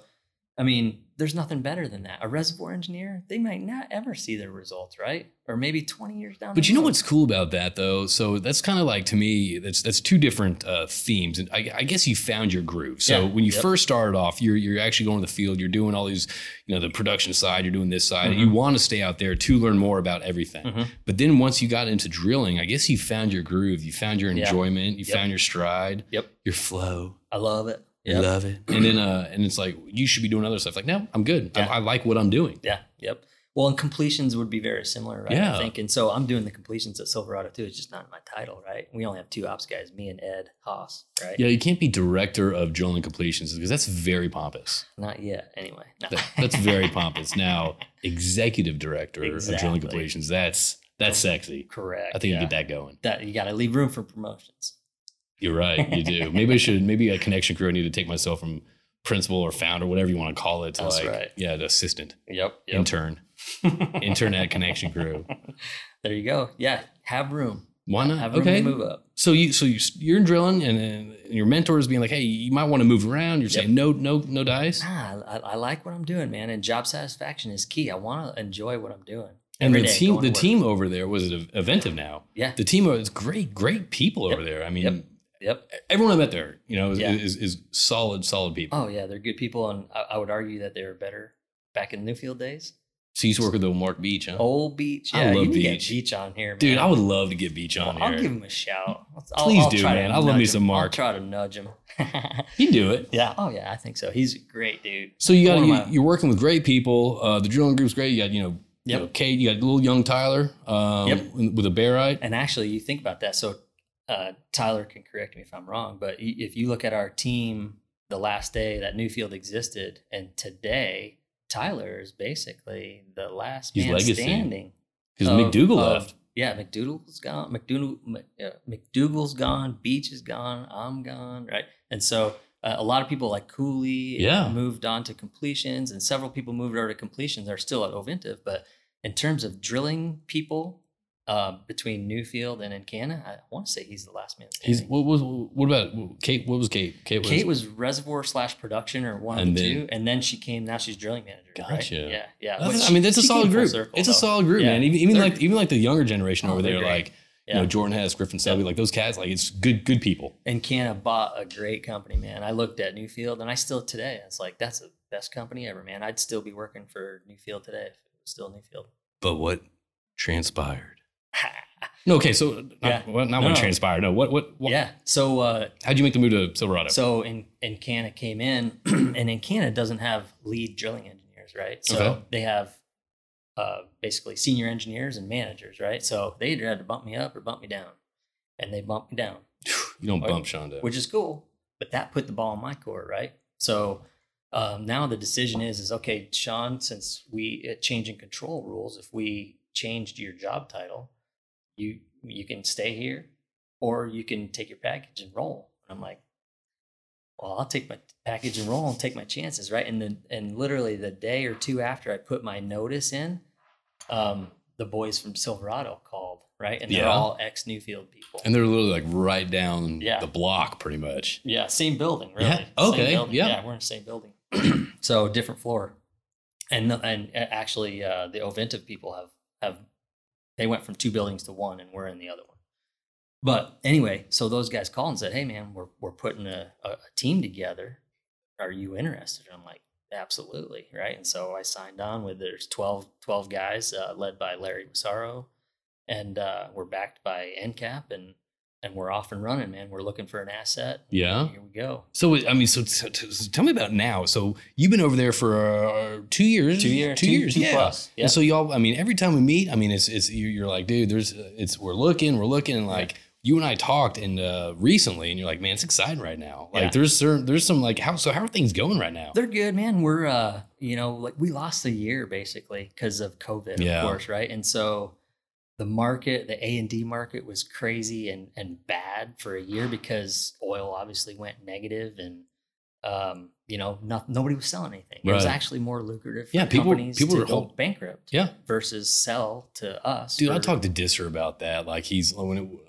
I mean, there's nothing better than that. A reservoir engineer, they might not ever see their results, right? Or maybe 20 years down.
But
the
you know
road.
what's cool about that though? So that's kind of like to me, that's that's two different uh, themes, and I, I guess you found your groove. So
Yeah.
when you
Yep.
first started off, you're you're actually going to the field, you're doing all these, you know, the production side, you're doing this side, and
Mm-hmm.
you want to stay out there to learn more about everything.
Mhm.
But then once you got into drilling, I guess you found your groove, you found your
Yeah.
enjoyment, you
Yep.
found your stride,
Yep.
your flow.
I love it.
You love it, and then uh, and it's like you should be doing other stuff. Like no, I'm good.
Yeah.
I, I like what I'm doing.
Yeah. Yep. Well, and completions would be very similar, right?
Yeah.
I think. And so I'm doing the completions at Silverado too. It's just not in my title, right? We only have two ops guys, me and Ed Haas, right?
Yeah, you can't be director of drilling completions because that's very pompous.
Not yet, anyway. No.
That- that's very pompous. Now, executive director of
Exactly.
drilling completions. That's that's sexy.
correct.
I think
yeah.
I get that going.
that you got to leave room for promotions.
You're right. You do. maybe I should. Maybe a connection crew. I need to take myself from principal or founder, whatever you want to call it, to
That's
like
right.
yeah, to assistant,
Yep.
intern, intern at connection crew.
there you go. Yeah. Have room.
Why not?
Have room
Okay.
to move up.
So you so you you're in drilling, and, and your mentor is being like, hey, you might want to move around. You're
Yep.
saying no, no, no dice.
Nah, Ah, I, I like what I'm doing, man. And job satisfaction is key. I want to enjoy what I'm doing.
And
every
the
day
team,
going
the
to work.
team over there was at Eventive now.
Yeah.
The team is great, great people over there. I mean,
Yep. Yep.
everyone I met there, you know, is,
Yeah.
is, is solid, solid people.
Oh yeah, they're good people, and I, I would argue that they were better back in the Newfield days.
So you used to work with old Mark Beach, huh?
Old Beach,
I
yeah,
love
you can
Beach.
get Beach on here, man.
Dude, I would love to get Beach on
Well, I'll
here.
give him a shout. I'll,
Please
I'll
do,
try to
man. I love me
nudge
some
him.
Mark.
I'll try to nudge him.
He'd do it.
yeah. Oh yeah, I think so. He's great, dude.
So you got
One
you,
of my-
you're working with great people. Uh, the drilling group's great. You got you know, you
Yep.
know Kate. You got little young Tyler um,
Yep.
with a bearite.
And actually, you think about that. So uh, Tyler can correct me if I'm wrong, but y- if you look at our team, the last day that Newfield existed, and today, Tyler is basically the last
He's
man
legacy.
standing.
Because
of-
McDougal
of-
left.
Yeah, McDougal's gone. McDougal, Mc- uh, McDougal's gone. Beach is gone. I'm gone. Right, and so uh, a lot of people like Cooley,
Yeah.
moved on to completions, and several people moved over to completions. They're still at Ovintiv, but in terms of drilling people uh, between Newfield and Encana, I want to say he's the last man.
He's
standing.
what was what about Kate? What was Kate? Kate was.
Kate was reservoir slash production or one
And
of the
then-
two, and then she came. Now she's drilling manager. right?
Gotcha.
Yeah, yeah.
That's-
Which
I mean, that's a
she
solid
came full
group.
circle,
it's a
though.
solid group,
Yeah.
man. Even, even
They're-
like even like the younger generation
Oh,
over
they're
there,
great.
like you
Yeah.
know Jordan Hess, Griffin Selby, like those cats. Like it's good good people.
and Canna bought a great company, man. I looked at Newfield and I still today, it's like, that's the best company ever, man. I'd still be working for Newfield today if it was still Newfield.
But what transpired? No, okay, so not,
Yeah.
well, not
No,
what
no.
transpired. No, what what, what
yeah. So, uh,
How'd you make the move to Silverado?
so in, in Canna came in and in Canna doesn't have lead drilling engineers, right? So
Okay.
they have, uh, basically senior engineers and managers, right? So they either had to bump me up or bump me down and they bumped me down.
you don't
Or-
bump Sean down.
which is cool. But that put the ball in my court, right? So um, now the decision is is okay, Sean. Since we uh, changing control rules, if we changed your job title, you you can stay here, or you can take your package and roll. And I'm like, well, I'll take my package and roll and take my chances, right? And then and literally the day or two after I put my notice in, um, the boys from Silverado called, right? And they're
Yeah.
all ex Newfield people.
And they're literally like right down
Yeah.
the block, pretty much.
Yeah, same building, really.
Yeah,
Same
okay,
building.
yeah.
we're in the same building. so different floor, and and actually, uh, the Oventive people have have they went from two buildings to one, and we're in the other one. But anyway, so those guys called and said, "Hey, man, we're we're putting a, a, a team together. Are you interested?" And I'm like, "Absolutely, right." And so I signed on with there's 12, 12 guys uh, led by Larry Massaro, and uh, we're backed by NCAP, and and we're off and running, man. We're looking for an asset. and
Yeah.
here we go.
So I mean, so, so, so tell me about now. So you've been over there for uh, two years, two, years, yeah.
plus. Yeah.
And so y'all, I mean, every time we meet, I mean, it's it's you- you're like, dude, there's uh, it's we're looking, we're looking, and like you and I talked and uh, recently, and you're like, man, it's exciting right now. Like
Yeah.
there's certain there's some like how so how are things going right now?
They're good, man. We're uh, you know, like we lost a year basically because of COVID,
Yeah.
of course, right? And so the market, the A and D market was crazy and and bad for a year because oil obviously went negative and um, you know, not, nobody was selling anything. It was
Right.
actually more lucrative for
Yeah, people-
companies
people
to
were
go
hol-
bankrupt
Yeah,
versus sell to us.
dude, I
for-
talked to Disser about that. Like he's uh, when it, a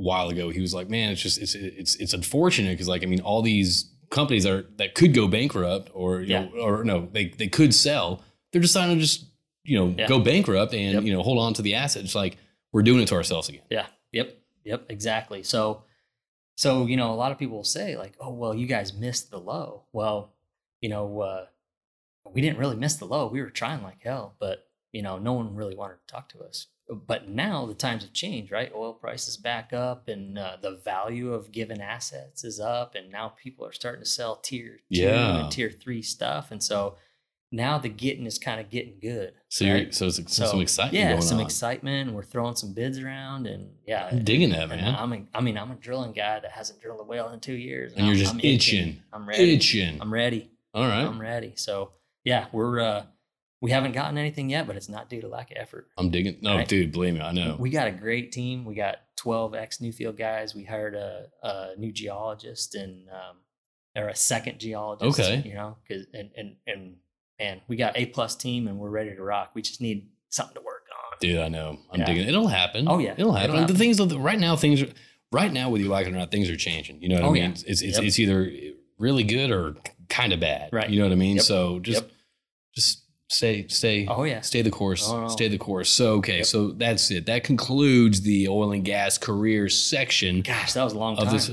while ago, he was like, man, it's just it's it's it's unfortunate because like I mean, all these companies that are that could go bankrupt or you
Yeah.
know, or no, they they could sell. They're deciding to just you know
Yeah.
go bankrupt and
Yep.
you know hold on to the asset. It's like we're doing it to ourselves again.
Yeah. Yep. Yep. Exactly. So, so you know, a lot of people will say like, "Oh, well, you guys missed the low." Well, you know, uh, we didn't really miss the low. We were trying like hell, but you know, no one really wanted to talk to us. But now the times have changed, right? Oil prices back up, and uh, the value of given assets is up, and now people are starting to sell tier two
Yeah.
and tier three stuff, and so now the getting is kind of getting good.
So
right?
you're, so it's so, some excitement
yeah,
going
some
on.
excitement. We're throwing some bids around, and yeah,
I'm digging that,
and
man.
I'm a, I mean, I'm a drilling guy that hasn't drilled a well in two years.
and you're
I'm-
just
I'm
itching,
I'm ready.
itching.
I'm ready.
All right,
I'm ready. So yeah, we're uh, we haven't gotten anything yet, but it's not due to lack of effort.
I'm digging. No,
Right.
dude, believe me, I know.
We got a great team. We got 12 ex Newfield guys. We hired a, a new geologist and um, or a second geologist.
Okay.
you know, 'cause- and and and man, we got a plus team, and we're ready to rock. We just need something to work on.
Dude, I know. I'm
Yeah.
digging. it. It'll happen.
Oh, yeah.
it'll happen.
It'll
The things that- right now, things are, right now, whether you like it or not, things are changing. You know what I
Oh,
mean?
yeah.
It's it's,
Yep.
it's either really good or kind of bad.
Right.
You know what I mean?
Yep.
So just
Yep.
just stay stay
Oh yeah.
stay the course.
Oh, no.
Stay the course. So okay,
Yep.
so that's it. That concludes the oil and gas career section
Gosh, that was a long
of
time.
this.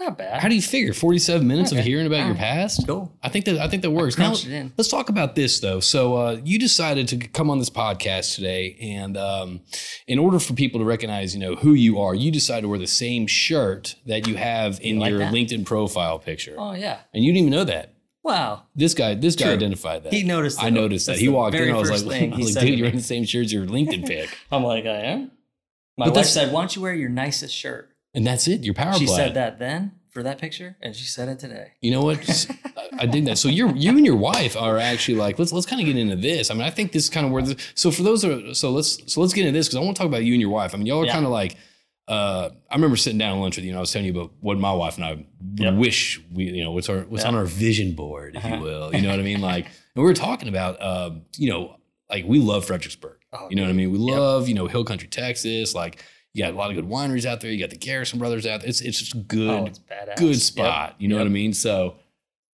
Not bad.
How do you figure 47 minutes of
Okay.
hearing about your
Alright.
past?
go?
I think that I think that
I
works. Now
crunched it in.
Let's talk about this though. So uh, you decided to come on this podcast today, and um, in order for people to recognize, you know, who you are, you decided to wear the same shirt that you have in
You like
your
that?
LinkedIn profile picture,
Oh yeah.
and you didn't even know that.
Wow.
This guy, this guy
True.
identified that.
He noticed.
I
it.
noticed that
That's
he
the
walked in.
very
I was like,
first thing
I
he
was
said
like dude,
to
you're
me.
in the same shirt as your LinkedIn pic,
I'm like, I am.
But
My wife
that's-
said, "Why don't you wear your nicest shirt?"
and that's it. Your power.
she
plat.
said that then for that picture, and she said it today.
You know what? S- I- I dig that. So you're you and your wife are actually like let's let's kind of get into this. I mean, I think this is kind of where this. So for those are so let's so let's get into this because I want to talk about you and your wife. I mean, y'all are
Yeah.
kind of like. Uh, I remember sitting down at lunch with you, and I was telling you about what my wife and I
Yep.
wish we, you know, what's our what's
Yeah.
on our vision board, if you
Uh-huh.
will. You know what I mean? Like, and we were talking about, uh, you know, like we love Fredericksburg.
Oh,
You know what I mean? We
Yep.
love, you know, Hill Country, Texas. Like, you got a lot of good wineries out there. You got the Garrison Brothers out there. It's it's just good,
oh, it's badass.
good
Yep.
spot. You know what I mean? So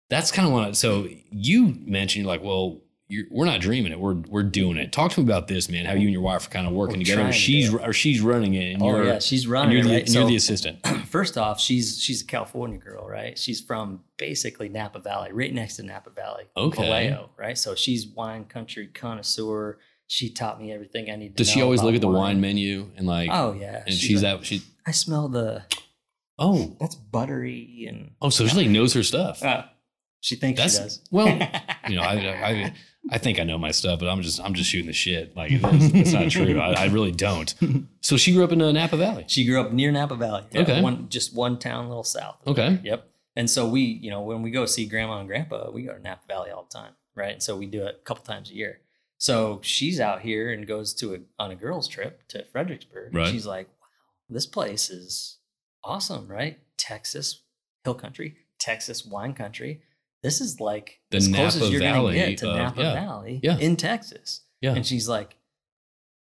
that's kind of what. I- So you mentioned you're like, well, you're, we're not dreaming it. We're we're doing it. Talk to me about this, man. How you and your wife are kind of working
We're
together.
trying to
She's
do
or she's running it, and
Oh
you're
yeah, she's
and
running.
you're, the, and
it, right?
you're
So-
the assistant.
first off, she's she's a California girl, right? She's from basically Napa Valley, right next to Napa Valley,
Okay.
Vallejo, right? So she's wine country connoisseur. She taught me everything I need. to
Does she
know
always
about
look at the wine menu and like?
Oh yeah,
and she's
like,
out. She
I smell the
oh
that's buttery and
oh. So she like knows her stuff.
uh, she thinks
That's-
she does.
well, you know, I, I I think I know my stuff, but I'm just I'm just shooting the shit. Like it's, it's not true. I, I really don't. So she grew up in uh, Napa Valley.
she grew up near Napa Valley.
Okay.
one just one town, a little south. of
Okay.
there. Yep. And so we, you know, when we go see grandma and grandpa, we go to Napa Valley all the time, right? And so we do it a couple times a year. So she's out here and goes to a on a girls trip to Fredericksburg.
Right.
She's like, wow, this place is awesome, right? Texas hill country, Texas wine country. This is like
The
as close
Napa
as you're
Valley
gonna get to
of-
Napa
yeah.
Valley
Yeah.
in Texas.
Yeah.
And she's like,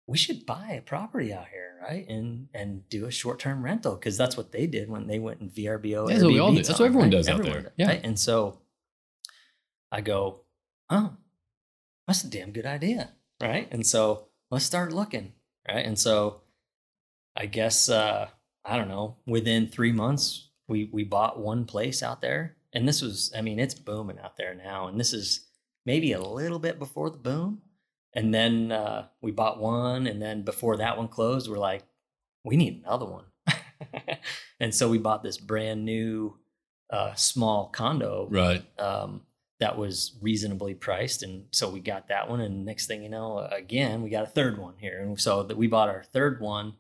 we should buy a property out here, right? And and do a short term rental because that's what they did when they went in VRBO.
That's what we all
Airbnbs
do. That's
on,
what everyone
right?
does out there. Yeah.
right? And so I go, oh, that's a damn good idea, right? And so let's start looking, right? And so I guess uh, I don't know, within three months, we we bought one place out there, and this was, I mean, it's booming out there now, and this is maybe a little bit before the boom, and then uh, we bought one, and then before that one closed, we're like, we need another one, and so we bought this brand new uh, small condo
Right.
um, that was reasonably priced, and so we got that one. And next thing you know, again, we got a third one here, and so that we bought our third one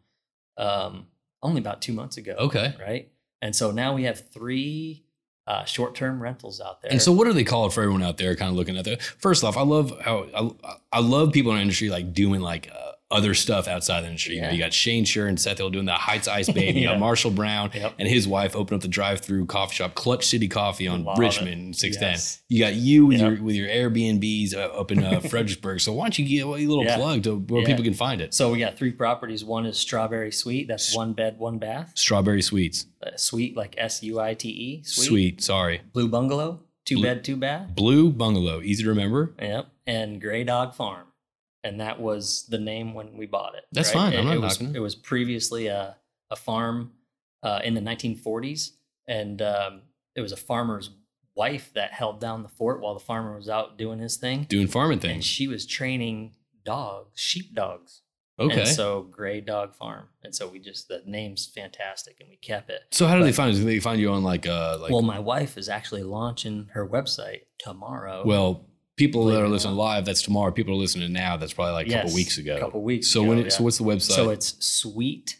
um, only about two months ago.
Okay.
right? And so now we have three uh, short-term rentals out there.
And so, what are they called for everyone out there? Kind of looking at there. First off, I love how I, I love people in our industry like doing like uh, other stuff outside the industry. You know,
Yeah.
you got Shane Sure and Seth Hill doing that Heights Ice Baby. You
Yeah.
got Marshall Brown
Yep.
and his wife open up the drive-through coffee shop, Clutch City Coffee on
Love it.
Richmond six ten.
Yes.
You got you with
Yep.
your with your Airbnbs uh, up in uh, Fredericksburg. So why don't you give a little
Yeah.
plug to where
Yeah.
people can find it?
So we got three properties. One is Strawberry Suite. That's one bed, one bath.
Strawberry Sweets,
Uh, suite like S U I T E.
sweet. Sorry,
Blue Bungalow. Two
Blue-
bed, two bath.
Blue Bungalow, easy to remember.
Yep. And Grey Dog Farm. And that was the name when we bought it.
That's fine.
It,
I'm not
it was,
knocking it.
it was previously a, a farm uh, in the 1940s. And um, it was a farmer's wife that held down the fort while the farmer was out doing his thing.
Doing farming
And
things.
she was training dogs, sheep dogs.
Okay.
And
So,
so Grey Dog Farm. And so we just, the name's fantastic and we kept it.
how do they
but-
find you? Do they find you on like uh like
well, my wife is actually launching her website tomorrow.
Well, people that
Oh. Later
are
on.
listening live, that's tomorrow. People are listening now, that's probably like a couple
Yes,
weeks ago.
a couple weeks
so
ago,
when it,
yeah.
so what's the website?
So it's sweet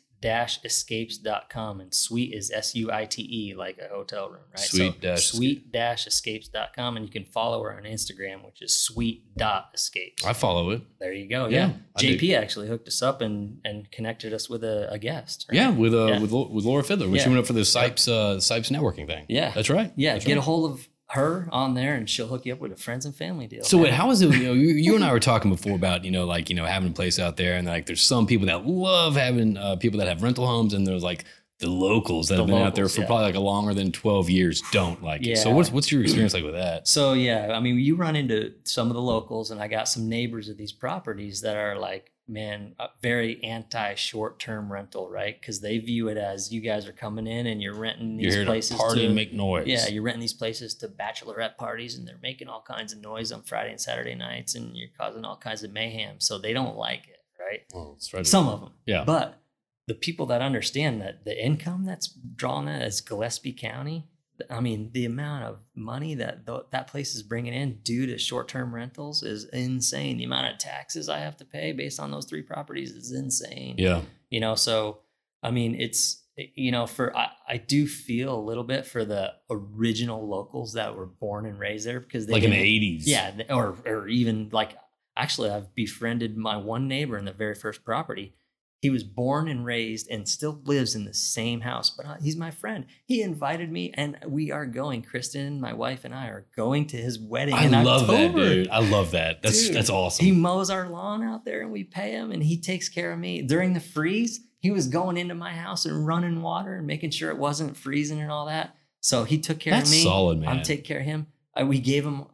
escapes.com and sweet is S U I T E like a hotel room, right?
Sweet-escapes.
so sweet escapes.com and you can follow her on Instagram, which is sweet dot escapes.
I follow it.
there you go.
Yeah,
Yeah.
I do.
JP actually hooked us up and and connected us with a, a guest. right?
Yeah, with uh
Yeah.
with Lo- with Laura Fiddler when she
Yeah.
went up for the Sipes uh Sipes networking thing.
Yeah.
That's right.
Yeah.
That's
get
right.
a hold of her on there and she'll hook you up with a friends and family deal.
So
man.
wait, how is it? You know, you, you and I were talking before about you know, like you know, having a place out there, and like there's some people that love having uh, people that have rental homes, and there's like the locals that
The
have been out there
locals,
for
yeah. probably,
probably like longer than 12 years don't like it. So
Yeah.
what's what's your experience like with that?
So yeah, I mean, you run into some of the locals, and I got some neighbors of these properties that are like, man, uh, very anti short-term rental, right? Because they view it as you guys are coming in and you're renting
You're
these
here
places
to party
to-
and make noise.
yeah, you're renting these places to bachelorette parties, and they're making all kinds of noise on Friday and Saturday nights, and you're causing all kinds of mayhem. So they don't like it, right?
Well, that's Oh, right.
Some of them.
yeah.
But the people that understand that the income that's drawn that as Gillespie County, I mean, the amount of money that th- that place is bringing in due to short term rentals is insane. The amount of taxes I have to pay based on those three properties is insane.
yeah.
You know, so I mean, it's, you know, for I, I do feel a little bit for the original locals that were born and raised there because they
Like in the
didn't-
80s.
yeah, th- or or even like actually, I've befriended my one neighbor in the very first property. He was born and raised and still lives in the same house, but I- he's my friend. He invited me, and we are going. Kristen, my wife, and I are going to his wedding.
I
in
love that,
October.
dude. I love that. That's
Dude,
that's awesome.
He mows our lawn out there, and we pay him, and he takes care of me during the freeze. He was going into my house and running water and making sure it wasn't freezing and all that. So he took care
that's
of me.
solid, man.
I'm taking care of him. Uh, we gave him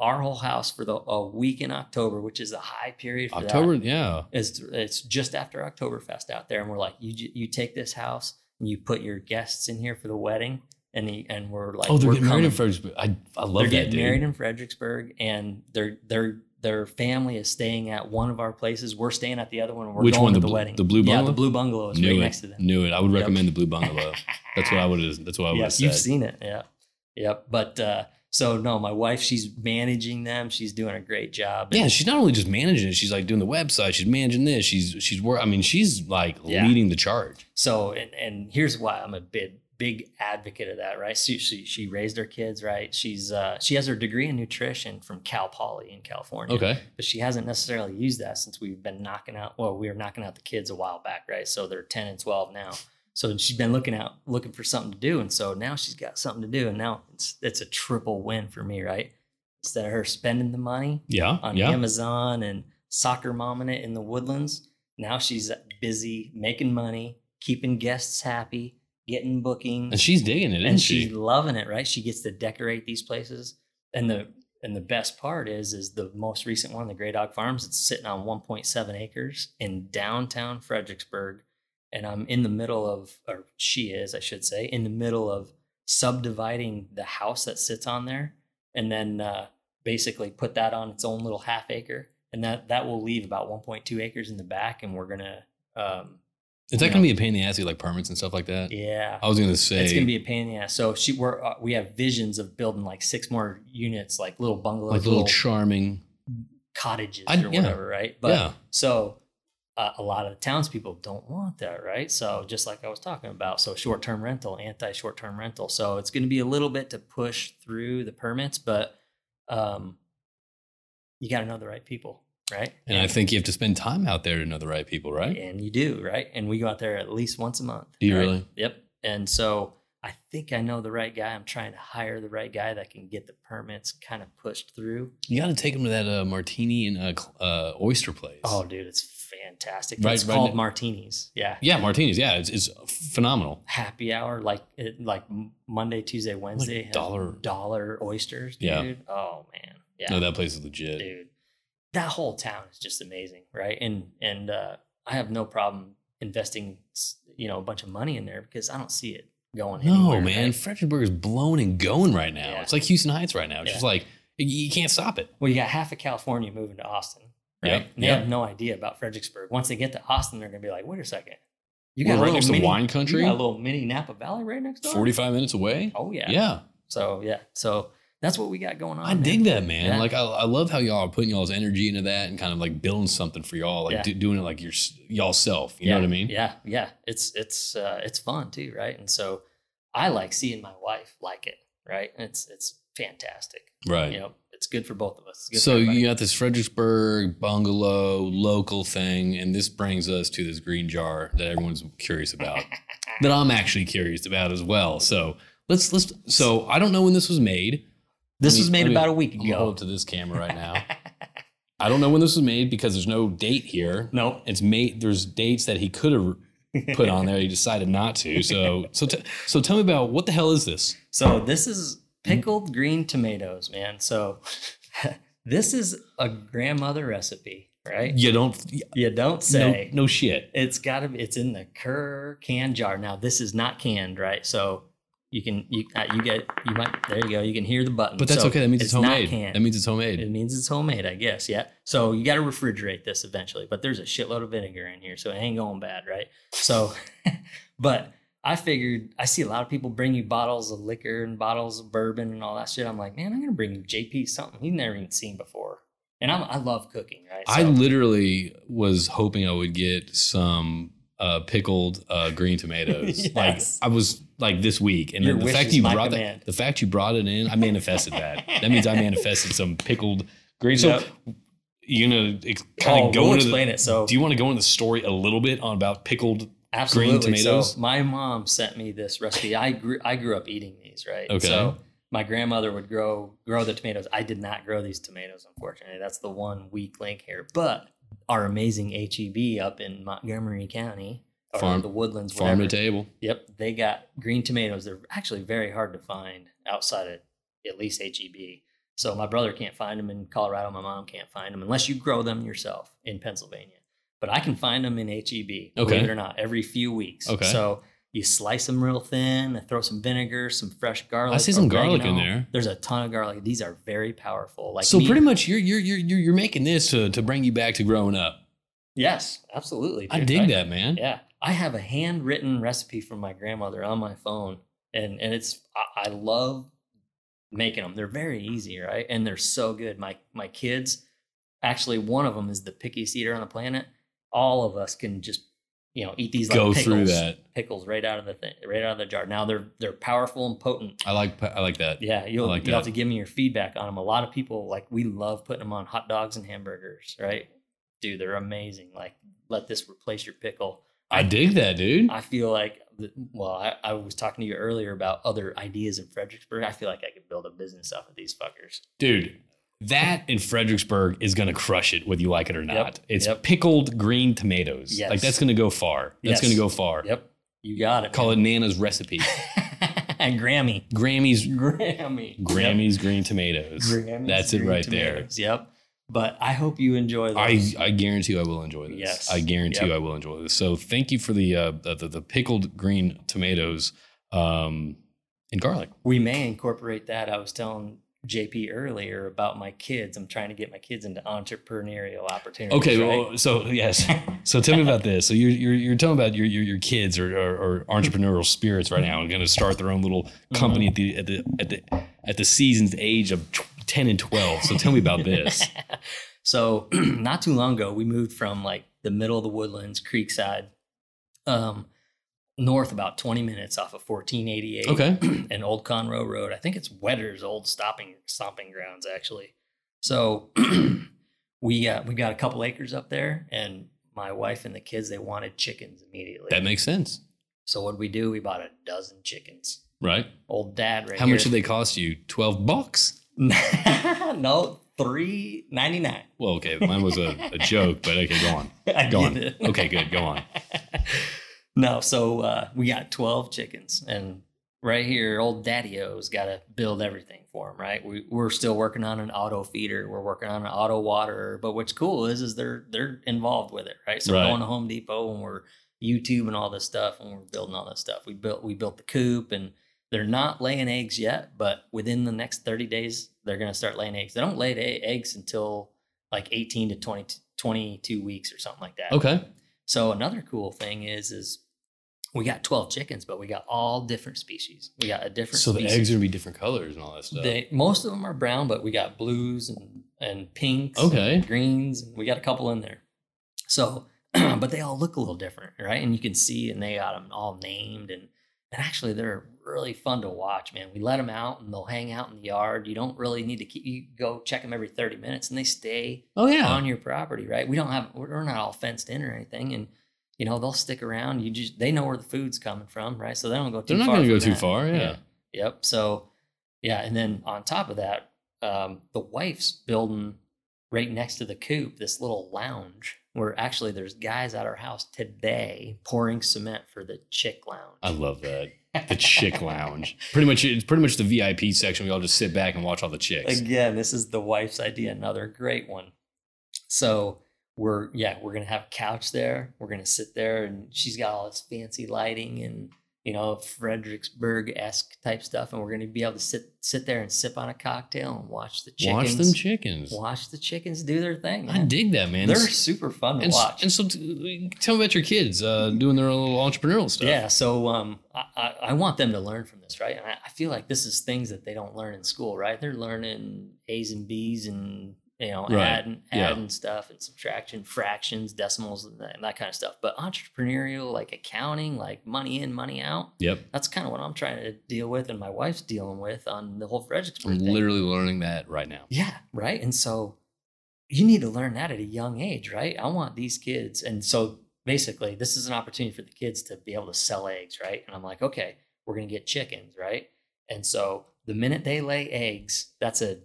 our whole house for the a week in October, which is a high period. For
October, yeah.
that. It's, it's just after Oktoberfest out there, and we're like, you ju- you take this house and you put your guests in here for the wedding, and the, and we're like,
oh, they're
we're
getting married in
coming.
Fredericksburg. I, I love
They're
that,
getting
dude.
married in Fredericksburg, and their their their family is staying at one of our places. We're staying at the other one. and We're
Which
going
one, the
to the
blue-
wedding.
the blue
Yeah,
bungalow?
the blue bungalow is
Knew
right
it.
next to them.
Knew it. I would
Yep.
recommend the Blue Bungalow. that's what I would. have That's what I would
Yep,
have
you've
said.
seen it. Yeah. Yep. But uh, so no, my wife, she's managing them. She's doing a great job.
Yeah, she's not only just managing it; she's like doing the website. She's managing this. She's she's work. I mean, she's like
Yeah.
leading the charge.
So and, and here's why I'm a big big advocate of that, right? She, she she raised her kids, right? She's uh she has her degree in nutrition from Cal Poly in California.
Okay,
But she hasn't necessarily used that since we've been knocking out well, we were knocking out the kids a while back, right? So they're 10 and 12 now. So she's been looking out looking for something to do. And so now she's got something to do. And now it's it's a triple win for me, right? Instead of her spending the money,
yeah,
on
Uh-huh, yeah.
Amazon and soccer momming it in the woodlands. Now she's busy making money, keeping guests happy, getting bookings,
And she's digging it, isn't
and
she?
she's loving it, right? She gets to decorate these places. And the and the best part is is the most recent one, the Grey Dog Farms, it's sitting on 1.7 acres in downtown Fredericksburg. and I'm in the middle of, or she is, I should say, in the middle of subdividing the house that sits on there, and then uh, basically put that on its own little half acre, and that that will leave about 1.2 acres in the back, and we're gonna, um,
Is that
Yeah.
going to be a pain in the ass, like permits and stuff like that?
yeah,
I was going to say,
it's gonna be a pain in the ass. So she, we're uh, we have visions of building like six more units, like little bungalows,
like little charming.
cottages
I'd-
or
yeah.
whatever, right? But
yeah.
so uh, a lot of the townspeople don't want that, right? So just like I was talking about, so short-term rental, anti-short-term rental. So it's going to be a little bit to push through the permits, but um, you got to know the right people, right?
And I think you have to spend time out there to know the right people, right?
and you do, right? And we go out there at least once a month.
Mm-hmm. Do you
right?
really?
Yep. And so I think I know the right guy. I'm trying to hire the right guy that can get the permits kind of pushed through.
You got to take them to that uh, martini and uh, cl- uh, oyster place.
Oh, dude, it's fantastic.
Right-
it's
right
called
ne-
Martinis. Yeah.
yeah, martinis. Yeah, it's, it's phenomenal.
happy hour like it, like M- Monday, Tuesday, Wednesday, have
dollar-
dollar oysters, dude.
Yeah.
Oh man, yeah,
No, that place is legit.
dude, that whole town is just amazing, right? And and uh, I have no problem investing, s- you know, a bunch of money in there because I don't see it going.
No,
anywhere,
man,
right?
Fredericksburg is blown and going right now.
Yeah.
It's like Houston Heights right now. It's
Yeah.
just like y- you can't stop it.
Well, you got half of California moving to Austin, right?
Yep,
And they
yep.
have no idea about Fredericksburg. Once they get to Austin, they're gonna be like, wait a second, you
We're
got a
right
little
next to
mini-
wine
you
country,
got a little mini Napa Valley right next door.
forty-five minutes away.
Oh yeah.
yeah.
So yeah. So that's what we got going on.
I
man.
dig that, man.
Yeah.
Like I, I love how y'all are putting y'all's energy into that and kind of like building something for y'all, like
Yeah.
do, doing it like your s- y'all self. You
yeah,
know what I mean?
Yeah, yeah. It's it's uh, it's fun too, right? And so I like seeing my wife like it, right? And it's it's fantastic.
Right.
You know, it's good for both of us. It's good for
So
everybody.
you got this Fredericksburg bungalow local thing, and this brings us to this green jar that everyone's curious about, that I'm actually curious about as well. So let's let's. So I don't know when this was made.
this
let me-
was made
let me-
about a week
I'm gonna hold
ago.
up to this camera right now. I don't know when this was made because there's no date here.
no.
It's made. There's dates that he could have put on there. He decided not to. So so t- so tell me about what the hell is this?
So this is pickled green tomatoes, man. So this is a grandmother recipe, right?
You don't
You don't
no,
say.
no shit.
It's got to be. It's in the Kerr can jar. Now this is not canned, right? So you can you uh, you get you might there you go. You can hear the button.
But that's
So
okay. That means it's,
not
homemade.
canned.
That means it's homemade.
it means it's homemade, I guess. Yeah. So you got to refrigerate this eventually. But there's a shitload of vinegar in here, so it ain't going bad, right? So, but I figured I see a lot of people bring you bottles of liquor and bottles of bourbon and all that shit. I'm like, man, I'm gonna bring you JP something he's never even seen before. And I'm, I love cooking, right?
I
So-
literally was hoping I would get some uh, pickled uh, green tomatoes.
Yes.
Like I was like this week, and
Your
then the
wish
fact
is
you
my
brought
command.
that, the fact you brought it in, I manifested that. that means I manifested some pickled green. So you know, kind
oh,
of go
we'll
into.
explain
The,
it. So
do you want to go into the story a little bit on about pickled?
Absolutely.
tomatoes?
So my mom sent me this recipe. I grew I grew up eating these, right?
Okay.
So my grandmother would grow grow the tomatoes. I did not grow these tomatoes, unfortunately. That's the one weak link here. But our amazing HEB up in Montgomery County or
Farm-
the Woodlands,
Farm to
whatever.
table.
Yep, they got green tomatoes. They're actually very hard to find outside of at least HEB. So my brother can't find them in Colorado. My mom can't find them unless you grow them yourself in Pennsylvania. But I can find them in HEB.
Okay.
Believe it or not, every few weeks.
Okay.
So you slice them real thin. Throw some vinegar, some fresh garlic.
I see some garlic in
oregano.
there.
There's a ton of garlic. These are very powerful. Like
so
me-
pretty much, you're you're you're you're you're making this to to bring you back to growing up.
Yes, absolutely.
I
dude.
dig that, man.
Yeah, I have a handwritten recipe from my grandmother on my phone, and and it's I, I love making them. They're very easy, right? And they're so good. My my kids, actually, one of them is the pickiest eater on the planet. All of us can just you know eat these like
Go
pickles,
through that.
pickles right out of the thing, right out of the jar. Now they're they're powerful and potent.
I like I like that.
Yeah, you'll
like
you'll have
that.
to give me your feedback on them. A lot of people like we love putting them on hot dogs and hamburgers, right? Dude, they're amazing. Like, let this replace your pickle.
I dig that, dude.
I feel like, th- well, I, I was talking to you earlier about other ideas in Fredericksburg. I feel like I could build a business off of these fuckers.
Dude, that in Fredericksburg is going to crush it, whether you like it or not. It's
yep.
pickled green tomatoes.
Yes.
Like that's going to go far. That's
Yes.
going to go far.
Yep. You got it.
Call it Nana's recipe.
and Grammy.
Grammy's
Grammy. Yep.
Grammy's green tomatoes.
Grammy's
That's it
green
right
tomatoes. Yep. But I hope you enjoy
I,
those.
I guarantee you I will enjoy this.
Yes.
I guarantee
Yep.
you I will enjoy this. So thank you for the uh, the, the, the pickled green tomatoes um, and garlic.
we may incorporate that. I was telling JP earlier about my kids. I'm trying to get my kids into entrepreneurial opportunities.
Okay,
right?
well, so yes, so tell me about this. So you're you're, you're telling about your your, your kids or, or, or entrepreneurial spirits right now, and going to start their own little company at the at the at the at the season's age of tw- ten and twelve. So tell me about this.
so not too long ago, we moved from like the middle of the woodlands, Creekside, um, north about 20 minutes off of 1488
Okay,
and Old Conroe Road. I think it's Wedder's old stopping stomping grounds actually. So we uh, we got a couple acres up there, and my wife and the kids they wanted chickens immediately.
that makes sense,
so what did we do? We bought a dozen chickens.
right?
Old dad, right
How much did they cost you? Twelve bucks.
they? no, three ninety nine.
Well, okay, mine was a, a joke, but okay, go on.
I
Go
get
on.
it.
Okay, good. Go on.
no, so uh, we got 12 chickens, and right here, old Daddy O's got to build everything for him, right? We, we're still working on an auto feeder, we're working on an auto waterer, but what's cool is is they're they're involved with it, right? So
Right.
we're going to Home Depot and we're YouTube and all this stuff, and we're building all this stuff. We built we built the coop, and they're not laying eggs yet, but within the next 30 days, they're going to start laying eggs. They don't lay the eggs until like 18 to 20, 22 weeks or something like that.
Okay,
So another cool thing is is we got 12 chickens, but we got all different species. We got a different
so the
species.
eggs are gonna be different colors and all that stuff.
they, most of them are brown, but we got blues and and pinks, and
Okay.
greens. And we got a couple in there. So, but they all look a little different, right? And you can see, and they got them all named, and and actually they're really fun to watch, man. We let them out, and they'll hang out in the yard. You don't really need to keep. You go check them every 30 minutes, and they stay
Oh yeah.
on your property, right? We don't have we're we're not all fenced in or anything, and you know they'll stick around. You just they know where the food's coming from, right? So they don't go too.
They're not
far
gonna go
from
too
that.
far. Yeah.
Yep. So yeah, and then on top of that, um, the wife's building right next to the coop this little lounge where actually there's guys at our house today pouring cement for the chick lounge.
I love that. The chick lounge. Pretty much, it's pretty much the VIP section. We all just sit back and watch all the chicks.
Again, this is the wife's idea, another great one. So we're yeah, we're gonna have a couch there. We're gonna sit there, and she's got all this fancy lighting and you know Fredericksburg esque type stuff, and we're gonna be able to sit sit there and sip on a cocktail and watch the chickens.
Watch them chickens.
watch the chickens do their thing.
I
man.
dig that, man.
They're
It's-
super fun to
and, s-
watch.
and so, t- tell me about your kids uh, doing their little entrepreneurial stuff.
Yeah, so um, I, I, I want them to learn from this, right? And I, I feel like this is things that they don't learn in school, right? They're learning A's and B's and you know
Right,
adding
yeah.
adding stuff and subtraction, fractions, decimals, and that, and that kind of stuff. But entrepreneurial, like accounting, like money in, money out,
Yep.
that's kind of what I'm trying to deal with, and my wife's dealing with on the whole
I'm
Fredericksburg thing.
literally learning that right now.
Yeah, right. And so you need to learn that at a young age, right? I want these kids. And so basically, this is an opportunity for the kids to be able to sell eggs, right? And I'm like, okay, we're going to get chickens, right? And so the minute they lay eggs, that's a,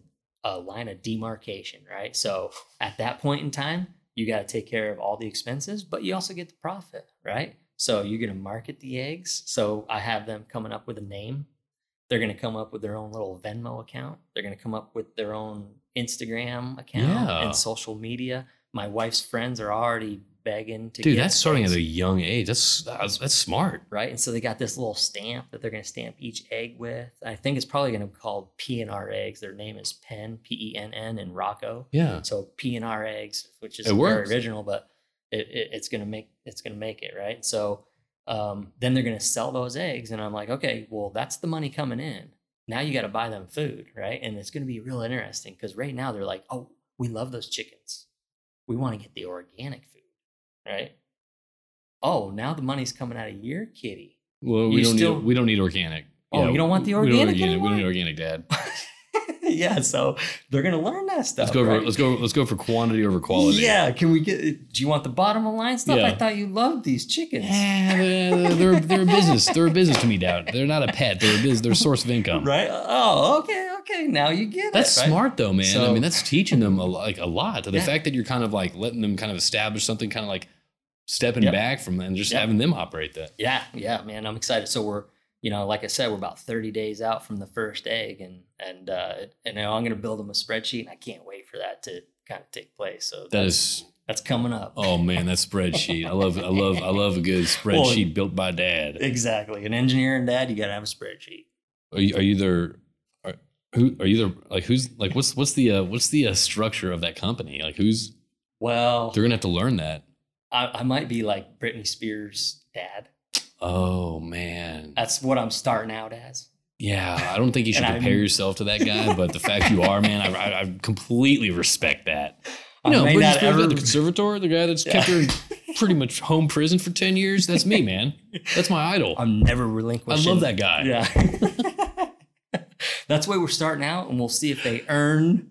a line of demarcation, right? So at that point in time, you got to take care of all the expenses, but you also get the profit, right? So you're going to market the eggs. So I have them coming up with a name they're going to come up with their own little Venmo account. They're going to come up with their own Instagram account
Yeah.
and social media. My wife's friends are already begging to
Dude,
get
that's starting at
things,
a young age. That's that's, that's smart.
right. And so they got this little stamp that they're going to stamp each egg with. I think it's probably going to be called P and R eggs. Their name is Penn P E N N and Rocco.
Yeah.
So P and R eggs, which is
It
very
works.
original, but it, it, it's gonna make it's gonna make it right. So um, then they're gonna sell those eggs, and I'm like, okay, well that's the money coming in. Now you got to buy them food, right? And it's gonna be real interesting because right now they're like, oh, we love those chickens. We want to get the organic food, right? Oh, now the money's coming out of your kitty.
Well, we
You
don't
still-
need we don't need organic.
Oh, you don't want the
we don't
organic
We don't need
anymore?
organic, Dad.
yeah, so they're gonna learn that stuff.
Let's go over.
right?
Let's go. Let's go for quantity over quality.
Yeah, can we get? Do you want the bottom of the line stuff? I
Yeah.
thought you loved these chickens.
Yeah, Eh, they're, they're, they're a business. They're a business to me, Dad. They're not a pet. They're a business. They're a source of income.
Right? Oh, okay, okay. Now you get
That's
it. right?
smart though, man. I
So-
mean, that's teaching them a, lo- like a lot. The
Yeah.
fact that you're kind of like letting them kind of establish something, kind of like stepping
Yep.
back from that and just
Yep.
having them operate that.
Yeah, yeah, man. I'm excited. So we're you know, like I said, we're about 30 days out from the first egg, and and uh, and now I'm going to build them a spreadsheet, and I can't wait for that to kind of take place. So
That
that's,
is
that's coming up.
oh man, that spreadsheet. I love I love I love a good spreadsheet built by dad.
exactly. An engineer and dad, you got to have a spreadsheet.
Are you are you their are, who are you their like who's like what's what's the uh, what's the uh, structure of that company? Like who's
Well,
they're gonna have to learn that.
I, I might be like Britney Spears' dad.
Oh man.
That's what I'm starting out as.
Yeah, I don't think you should
And I'm-
compare yourself to that guy, but the fact you are, man, I, I, I completely respect that. You
I
know,
may
Britney
not
Spears got
ever-
the conservator, the guy that's kept her in pretty much home prison for ten years. That's me, man. That's my idol. i
I'm never relinquishing.
love that guy.
Yeah. that's why we're starting out, and we'll see if they earn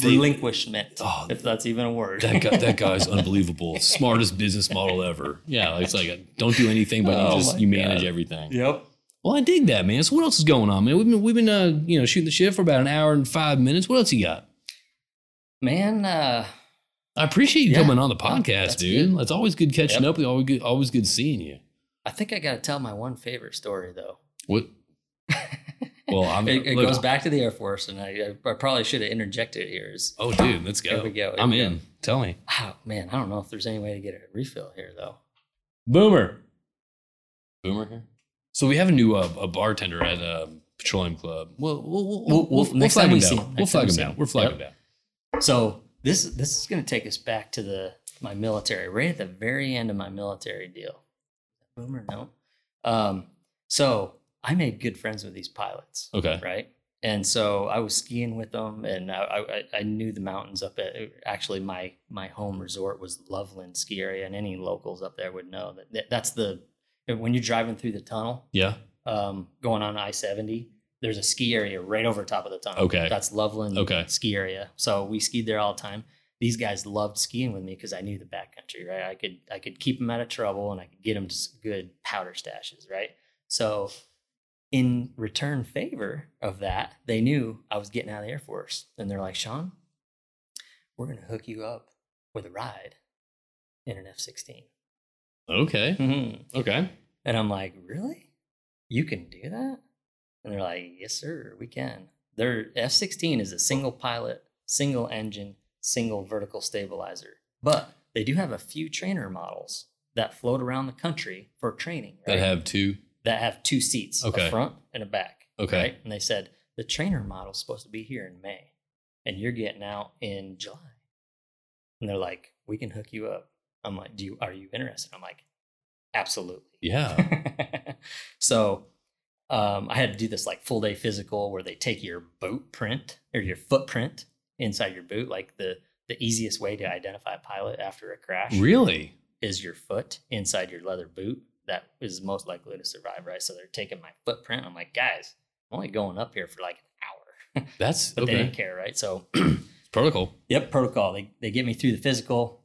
They-
relinquishment,
Oh,
if that's even a word.
that guy, that guy is unbelievable. Smartest business model ever. Yeah, it's like don't do anything, but
Oh
you just
my
you manage
God.
everything.
Yep.
Well, I dig that, man. So what else is going on, man? We've been we've been uh, you know shooting the shit for about an hour and five minutes. What else you got?
Man, uh,
I appreciate you
Yeah.
coming on the podcast,
that's
dude.
good.
It's always good catching
Yep.
up. Always good, always good seeing you.
I think I got to tell my one favorite story, though.
What? Well, I'm.
It, it
look,
goes back to the Air Force, and I, I probably should have interjected it here. Is,
Oh, dude, let's go.
Here we go, here
I'm
we go.
in. Tell me,
oh, man, I don't know if there's any way to get a refill here, though.
Boomer. Boomer here. So we have a new uh, a bartender at uh, Petroleum Club. We'll we'll we'll,
We'll-
we'll,
we'll- next
flag
time
him
we see
down.
him.
We'll
Next time
flag
we
him
see
down.
him.
We're flagging down.
So this this is going to take us back to the my military, right at the very end of my military deal. Boomer, no. Um, so I made good friends with these pilots,
Okay.
right? And so I was skiing with them, and I I, I- I knew the mountains up at actually my my home resort was Loveland Ski Area, and any locals up there would know that- that that's the when you're driving through the tunnel
Yeah.
um, going on I 70, there's a ski area right over top of the tunnel.
Okay.
That's Loveland
Okay.
ski area. So we skied there all the time. These guys loved skiing with me because I knew the backcountry, right? I could I could keep them out of trouble and I could get them just good powder stashes, right? So in return favor of that, they knew I was getting out of the Air Force. And they're like, Sean, we're gonna hook you up with a ride in an F Mm-hmm. 16
Okay. Okay.
and I'm like, really? You can do that? And they're like, yes, sir, we can. Their F 16 is a single pilot, single engine, single vertical stabilizer. But they do have a few trainer models that float around the country for training
That
right?
have two.
that have two seats,
Okay.
a front and a back.
Okay.
Right? And they said, the trainer model's supposed to be here in May, and you're getting out in July. And they're like, we can hook you up. I'm like, do you, are you interested? I'm like, absolutely
Yeah.
so um, I had to do this like full day physical where they take your boot print or your footprint inside your boot. Like the the easiest way to identify a pilot after a crash
really?
is your foot inside your leather boot. That is most likely to survive, right? So they're taking my footprint. I'm like, guys, I'm only going up here for like an hour,
That's
but they
okay.
didn't care, right? So
Protocol.
Yep, protocol. They they get me through the physical.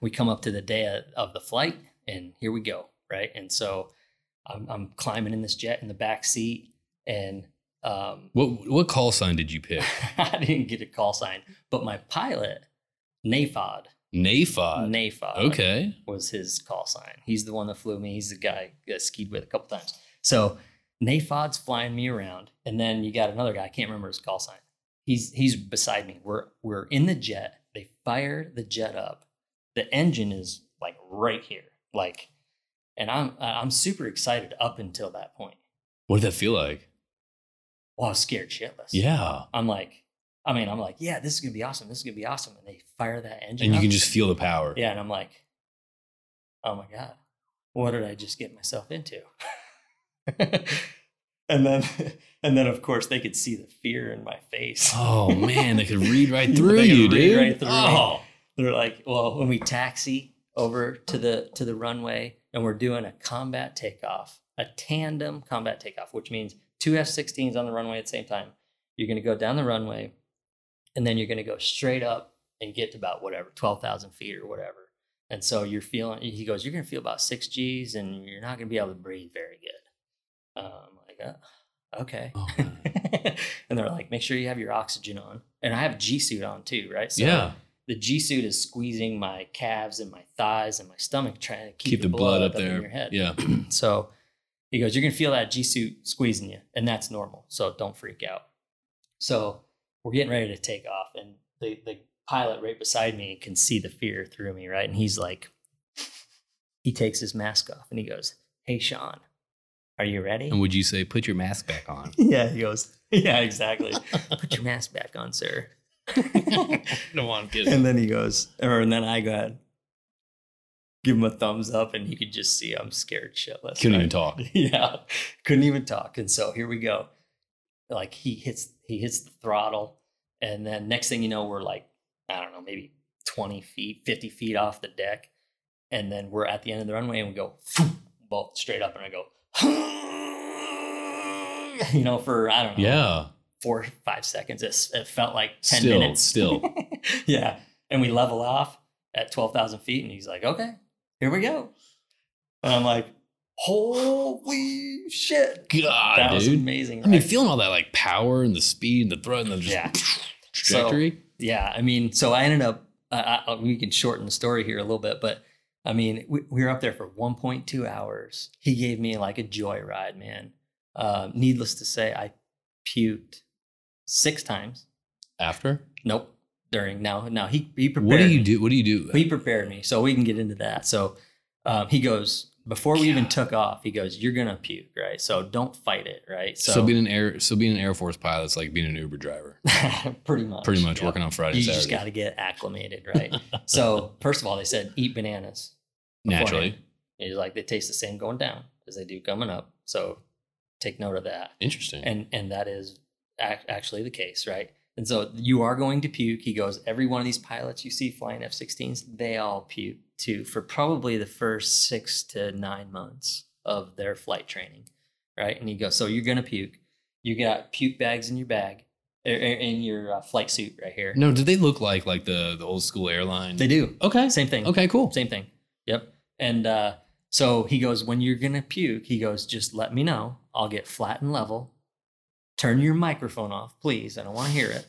We come up to the day of, of the flight, and here we go, right? And so, I'm, I'm climbing in this jet in the back seat, and um,
What what call sign did you pick?
I didn't get a call sign, but my pilot, Nafod,
NAFOD.
Nafod,
Okay.
was his call sign. He's the one that flew me. He's the guy that I skied with a couple times. So Nafod's flying me around, and then you got another guy. I can't remember his call sign. He's he's beside me. We're we're in the jet. They fire the jet up. The engine is like right here, like, and I'm I'm super excited up until that point.
What did that feel like?
Well, I was scared shitless.
Yeah.
I'm like, I mean, I'm like, yeah, this is gonna be awesome. This is gonna be awesome. And they fire that engine,
And you
up.
can just feel the power.
Yeah, and I'm like, oh my god, what did I just get myself into? and then, and then of course they could see the fear in my face.
Oh man, they could read right
They
through
could
you,
read
dude.
right through me.
oh.
They're like, well, when we taxi over to the to the runway and we're doing a combat takeoff, a tandem combat takeoff, which means two F-16s on the runway at the same time. You're going to go down the runway, and then you're going to go straight up and get to about whatever twelve thousand feet or whatever. And so you're feeling. He goes, you're going to feel about six G's, and you're not going to be able to breathe very good. Um, like, uh, okay.
Oh, man.
and they're like, make sure you have your oxygen on, and I have G suit on too, right?
yeah.
the G suit is squeezing my calves and my thighs and my stomach, trying to keep,
Keep, the blood, up
in
there.
your head.
Yeah.
So He goes, You're going to feel that G suit squeezing you, and that's normal. So don't freak out. So we're getting ready to take off, and the, the pilot right beside me can see the fear through me, right? And he's like, He takes his mask off and he goes, Hey, Sean, are you ready?
And would you say, put your mask back on?
Yeah, he goes, Yeah, exactly. Put your mask back on, sir.
no, I'm kidding.
and then he goes, or and then I got give him a thumbs up, and he could just see I'm scared shitless.
Couldn't even
right?
talk.
yeah, couldn't even talk. And so here we go. Like he hits, he hits the throttle, and then next thing you know, we're like, I don't know, maybe 20 feet, 50 feet off the deck, and then we're at the end of the runway, and we go both straight up, and I go, you know, for I don't know,
Yeah.
four five seconds. It, s- it felt like ten
Still,
minutes.
still.
yeah, and we level off at twelve thousand feet, and he's like, "Okay, here we go," and I'm like, "Holy shit!"
God,
that was
Ah, dude.
amazing.
I mean,
right?
feeling all that like power and the speed and the thrust and the just
Yeah.
trajectory.
yeah, I mean, so I ended up. I, I, we can shorten the story here a little bit, but I mean, we, we were up there for 1.2 hours. He gave me like a joyride, man. Uh, needless to say, I puked six times.
After,
Nope. During now, now he he prepared.
what do
me.
you do? What do you do?
He prepared me, so we can get into that. So um, he goes before we even
God.
took off. He goes, "You're gonna puke, right? So don't fight it, right?"
so, Oh, being an air, so being an Air Force pilot is like being an Uber driver.
pretty much,
Pretty much
yeah.
working on Friday,
You
Saturday,
just got to get acclimated, right? so first of all, they said eat bananas.
naturally.
And he's like they taste the same going down as they do coming up. So take note of that.
Interesting.
and and that is ac- actually the case right and so you are going to puke he goes every one of these pilots you see flying f-16s they all puke too for probably the first six to nine months of their flight training right and he goes so you're gonna puke you got puke bags in your bag er, er, in your uh, flight suit right here
no, did they look like like the the old school airline?
they do
okay.
same thing
Okay. Cool.
same thing yep and uh, so he goes when you're gonna puke he goes just let me know i'll get flat and level turn your microphone off please i don't want to hear it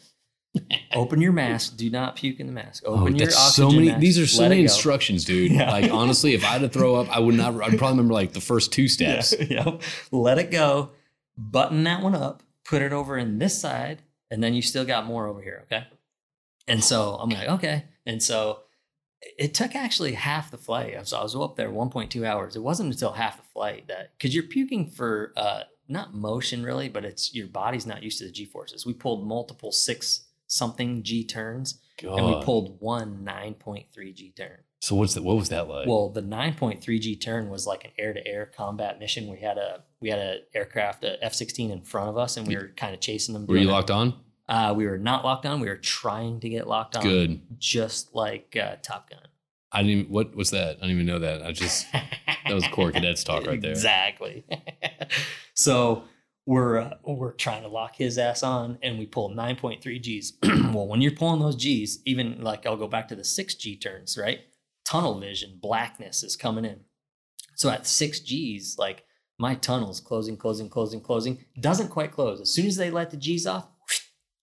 open your mask do not puke in the mask
Oh,
open your
that's
oxygen
so many.
mask.
These are so
Let
many
it go.
instructions, dude.
Yeah.
Like honestly, if I had to throw up, I would not. I'd probably remember like the first two
Yeah,
steps.
yep. let it go button that one up put it over in this side and then you still got more over here okay and so i'm like okay and so it took actually half the flight. I was, I was up there 1.2 hours. It wasn't until half the flight that because you're puking for uh, not motion really, but it's your body's not used to the g forces. We pulled multiple six something g turns, and we
God.
pulled one 9.3 g turn.
so what's that? What was that like?
Well, the 9.3 G turn was like an air-to-air combat mission. We had a we had a aircraft, a F-16 in front of us, and we were kind of chasing them.
Were you
doing it.
locked on?
Uh, we were not locked on. We were trying to get locked on,
Good.
just like uh, Top Gun.
I didn't. even- What? What's that? I didn't even know that. I just that was core cadets talk right there.
Exactly. so we're uh, we're trying to lock his ass on, and we pull 9.3 Gs. well, when you're pulling those Gs, even like I'll go back to the six G turns, right? Tunnel vision, blackness is coming in. So at six Gs, like my tunnel's closing, closing, closing, closing. Doesn't quite close. As soon as they let the Gs off,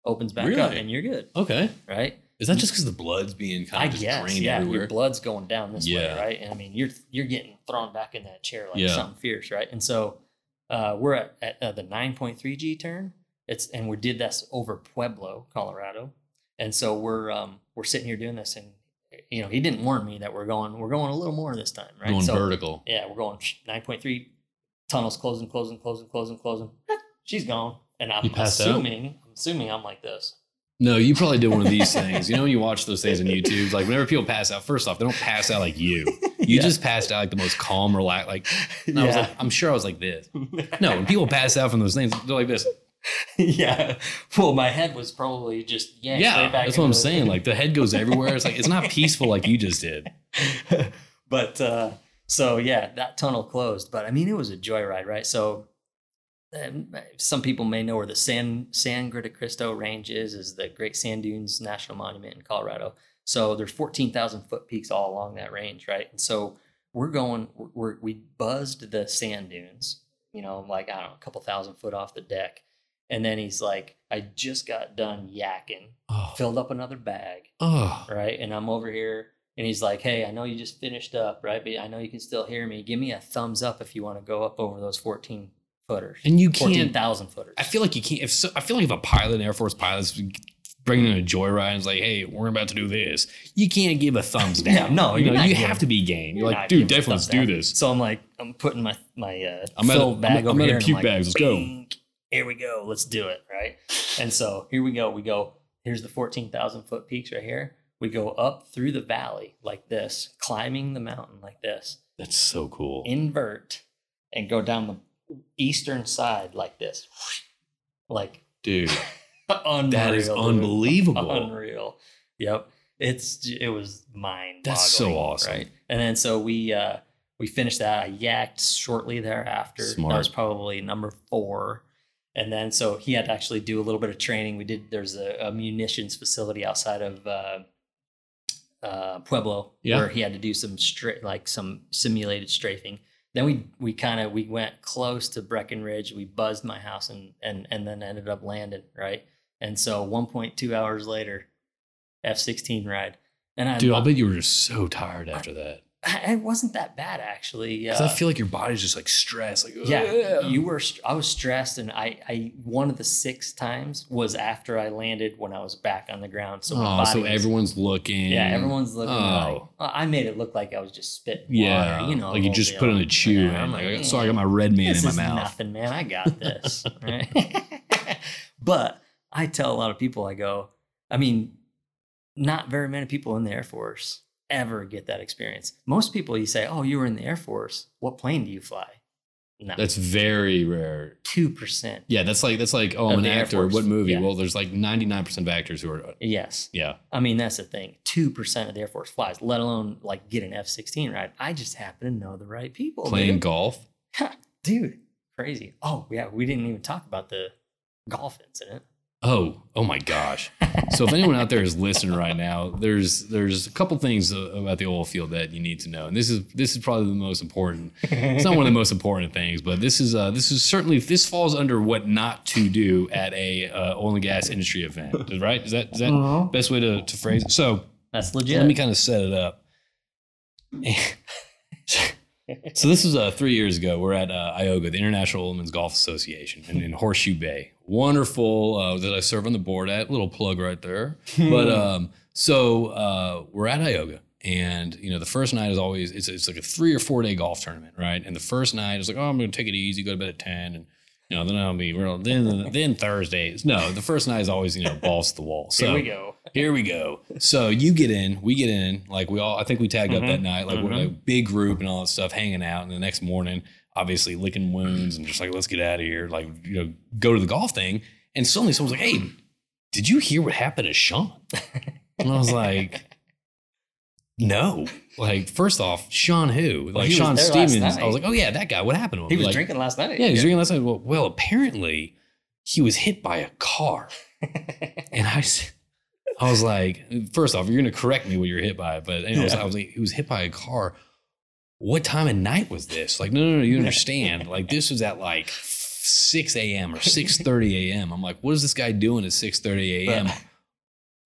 opens back up,
Really?
and you're good,
Okay.
right?
Is that just because the blood's being kind
I
of just
guess,
drained
yeah.
everywhere?
Your blood's going down this
Yeah.
way, right? And I mean, you're you're getting thrown back in that chair like
Yeah.
something fierce, right? And so uh, we're at, at uh, the 9.3 G turn. It's and we did this over Pueblo, Colorado, and so we're um, we're sitting here doing this, and you know he didn't warn me that we're going we're going a little more this time, right?
Going
so
vertical.
yeah, we're going 9.3 tunnels closing, closing, closing, closing, closing. She's gone, and I'm
You passed out?
assuming I'm assuming I'm like this.
No, you probably did one of these things. You know when you watch those things on YouTube, like whenever people pass out, first off, they don't pass out like you. You
Yeah.
just passed out like the most calm, relaxed. Like and I was like, I'm sure I was like this. No, when people pass out from those things, they're like this.
yeah. Well, my head was probably just yanked
yeah,
straight back.
that's what I'm
into the-
saying. Like the head goes everywhere. It's like it's not peaceful like you just did.
but uh, so yeah, that tunnel closed. But I mean, it was a joyride, right? So um, some people may know where the San Sangre de Cristo Range is, is the Great Sand Dunes National Monument in Colorado. So there's 14,000 foot peaks all along that range, right? And so we're going, we're, we buzzed the sand dunes, you know, like I don't know, a couple thousand foot off the deck. And then he's like, I just got done yakking,
Oh,
filled up another bag,
oh.
right? And I'm over here, and he's like, "Hey, I know you just finished up, right? But I know you can still hear me. Give me a thumbs up if you want to go up over those fourteen footers,
And you
fourteen
can't.
thousand footers."
I feel like you can't. If so, I feel like if a pilot, an Air Force pilot's bringing in a joyride, and it's like, "Hey, we're about to do this," you can't give a thumbs
No,
down.
no,
you
you're
know,
not
you
giving-
have to be game. You're,
You're
like,
not
dude,
giving
definitely let's do
thumbs down."
this.
So I'm like, I'm putting my my uh,
I'm at a-
fill
I'm-
bag
I'm at
over
a
here. and
puke
like,
bag. Let's go.
"Bing, Here we go. Let's do it, right? And so here we go. We go. Here's the fourteen thousand foot peaks right here. We go up through the valley like this, climbing the mountain like this,
That's so cool.
invert, and go down the eastern side like this, like
Dude,
unreal.
that is
dude.
unbelievable.
Unreal. Yep. It's it was mind.
That's so awesome.
Right. And then so we uh we finished that. I yacked shortly thereafter. That was
Smart.
probably number four. And then so he had to actually do a little bit of training. We did there's a, a munitions facility outside of uh uh Pueblo
Yeah.
where he had to do some straight like some simulated strafing. Then we we kind of we went close to Breckenridge. We buzzed my house and and and then ended up landing, right? And so 1.2 hours later, F-16 ride. And I,
Dude, I bet you were just so tired after that.
I- it wasn't that bad actually.
'Cause
Uh,
I feel like your body's just like stressed. Like,
yeah,
"Ugh."
you were. str- I was stressed, and I, I one of the six times was after I landed when I was back on the ground. So my
oh,
body
so
was-
everyone's looking.
yeah, everyone's looking. Like,
Oh.
I made it look like I was just spitting.
Yeah,
water, you know,
like you
the
just
whole
put
deal.
on a chew.
Yeah,
and
I'm
like,
like,
so I
"Eh."
got my red man
this
in my
is
mouth.
Nothing, man. I got this. right? but I tell a lot of people, I go, I mean, not very many people in the Air Force ever get that experience. Most people, you say, oh, you were in the Air Force. What plane do you fly? No,
That's very rare.
two percent.
Yeah, that's like that's like oh,
Of
I'm an
the Air
actor.
Force.
What movie?
Yeah.
Well, there's like 99 percent of actors who are uh,
Yes,
yeah.
I mean that's the thing. Two percent of the Air Force flies, let alone like get an F sixteen ride. I just happen to know the right people.
playing
dude.
golf.
dude, crazy. Oh yeah, we didn't even talk about the golf incident.
Oh, oh my gosh. So if anyone out there is listening right now, there's there's a couple things uh, about the oil field that you need to know, and this is this is probably the most important. It's not one of the most important things, but this is uh, this is certainly this falls under what not to do at a uh, oil and gas industry event, right? Is that is
Mm.
that the best way to, to phrase it? So
That's legit.
let me kind of set it up. so this was uh, three years ago. We're at uh, IOGA, the International Women's Golf Association, and in Horseshoe Bay. Wonderful uh, that I serve on the board at. Little plug right there. But um, so uh, we're at Ioga, and you know the first night is always it's it's like a three or four day golf tournament, right? And the first night is like, oh, I'm gonna take it easy, go to bed at ten, and you know then I'll be real. Then then Thursdays, no, the first night is always you know balls to the wall. So
Here we go.
here we go. So you get in, we get in, like we all, I think we tagged
Mhm.
up that night, like we're
Mhm.
a big group and all that stuff, hanging out. And the next morning, obviously licking wounds and just like, let's get out of here. Like, you know, go to the golf thing. And suddenly someone's like, hey, did you hear what happened to Sean? And I was like, no. Like, first off, Sean who? Like,
he was
Sean
there last
Stevens.
night.
I was like, oh yeah, that guy. What happened to him?
He was
like,
drinking last night.
Yeah, he was drinking last night. Well, well, apparently he was hit by a car. And I, s- I was like, first off, you're going to correct me when you're hit by it. But anyway, I, was,
Yeah.
I was like, he was hit by a car. What time of night was this? Like, no, no, no, you understand. like, this was at like 6 a.m. or 6.30 a.m. I'm like, what is this guy doing at 6.30 a.m.?
But-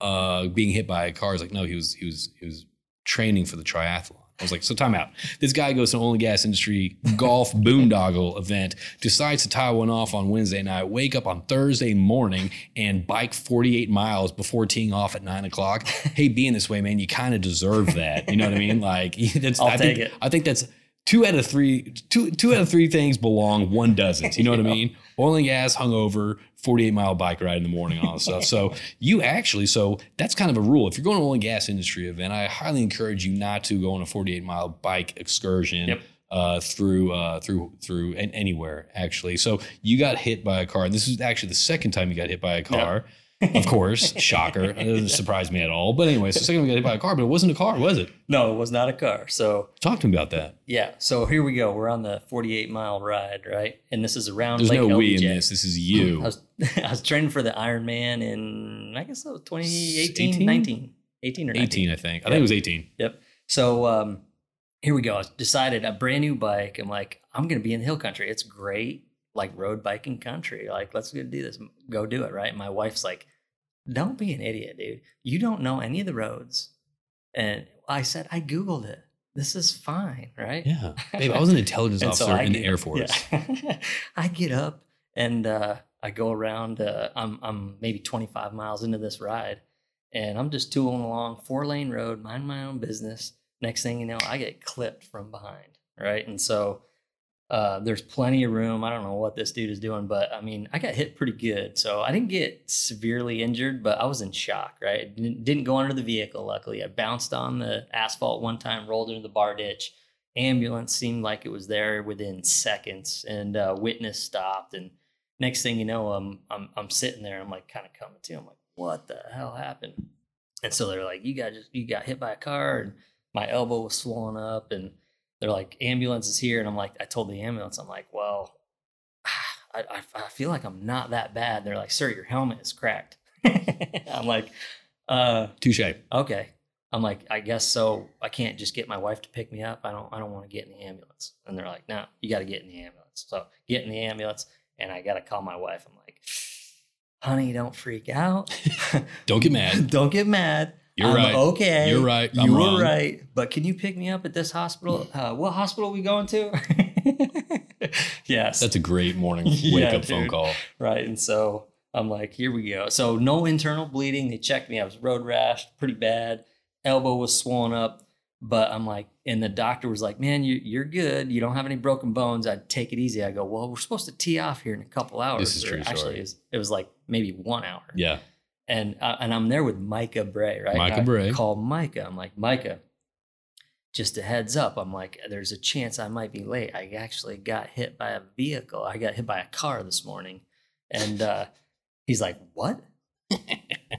Uh, being hit by a car. He's like, no, he was, he was, he was training for the triathlon. I was like, so time out. This guy goes to an oil and gas industry golf boondoggle event, decides to tie one off on Wednesday night, wake up on Thursday morning and bike 48 miles before teeing off at nine o'clock. Hey, being this way, man, you kind of deserve that. You know what I mean? Like that's,
I'll
I think,
take it.
I think that's two out of three, two, two out of three things belong. One doesn't, you know what I
Yeah.
mean? Oil and gas hungover, 48 mile bike ride in the morning, all that stuff. So you actually, so that's kind of a rule. If you're going to an oil and gas industry event, I highly encourage you not to go on a 48 mile bike excursion
Yep.
uh, through uh, through through and anywhere actually. So you got hit by a car, and this is actually the second time you got hit by a car. Of course, shocker. It doesn't surprise me at all. But anyway, so the second time you got hit by a car, but it wasn't a car, was it?
No, it was not a car. So
Talk to me about that.
yeah. So here we go. We're on the 48 mile ride, right? And this is around
There's
Lake
no we in
LBJ.
this. This is
I
you.
was, I was training for the Ironman in I guess that was 2018,
18?
19, 18 or
18,
19.
I think. I think it was 18.
So um, here we go. I decided a brand new bike. I'm like, I'm gonna be in the hill country. It's great, like road biking country. Like, let's go do this. Go do it, right? My wife's like, Don't be an idiot, dude. You don't know any of the roads. And I said, I Googled it. This is fine, right?
Yeah. Babe, I was an intelligence
And so
officer
I
in the
get-
Air Force.
yeah. I get up and uh, I go around. Uh, I'm I'm maybe 25 miles into this ride, and I'm just tooling along, four lane road, mind my own business. Next thing you know, I get clipped from behind, right? And so uh, there's plenty of room. I don't know what this dude is doing, but I mean, I got hit pretty good, so I didn't get severely injured, but I was in shock, right? Didn't, didn't go under the vehicle. Luckily, I bounced on the asphalt one time, rolled into the bar ditch ambulance seemed like it was there within seconds and uh, witness stopped and next thing you know I'm I'm I'm sitting there I'm like kind of coming to I'm like what the hell happened and so they're like you got just you got hit by a car and my elbow was swollen up and they're like ambulance is here and I'm like I told the ambulance I'm like well I, I, I feel like I'm not that bad they're like sir your helmet is cracked I'm like uh
Touche.
okay i'm like i guess so i can't just get my wife to pick me up i don't i don't want to get in the ambulance and they're like no you got to get in the ambulance so get in the ambulance and i got to call my wife i'm like honey don't freak out
Don't get mad.
don't get mad
You're
I'm
right.
okay
You're right. I'm
you
wrong.
were right but can you pick me up at this hospital uh, what hospital we going to yes
That's a great morning wake
Yeah,
up phone
dude.
call.
right? And so I'm like, here we go. So no internal bleeding. They checked me. I was road rash, pretty bad. Elbow was swollen up, but I'm like, and the doctor was like, man, you, you're good. You don't have any broken bones. I'd take it easy. I go, well, we're supposed to tee off here in a couple hours.
is
Or
true
Actually,
story.
It, was, it was like maybe one hour.
Yeah.
And uh, and I'm there with Micah Bray, right?
Micah
And I
Bray.
Call Micah. I'm like, Micah. Just a heads up, I'm like, there's a chance I might be late. I actually got hit by a vehicle. I got hit by a car this morning. And uh, he's like, What?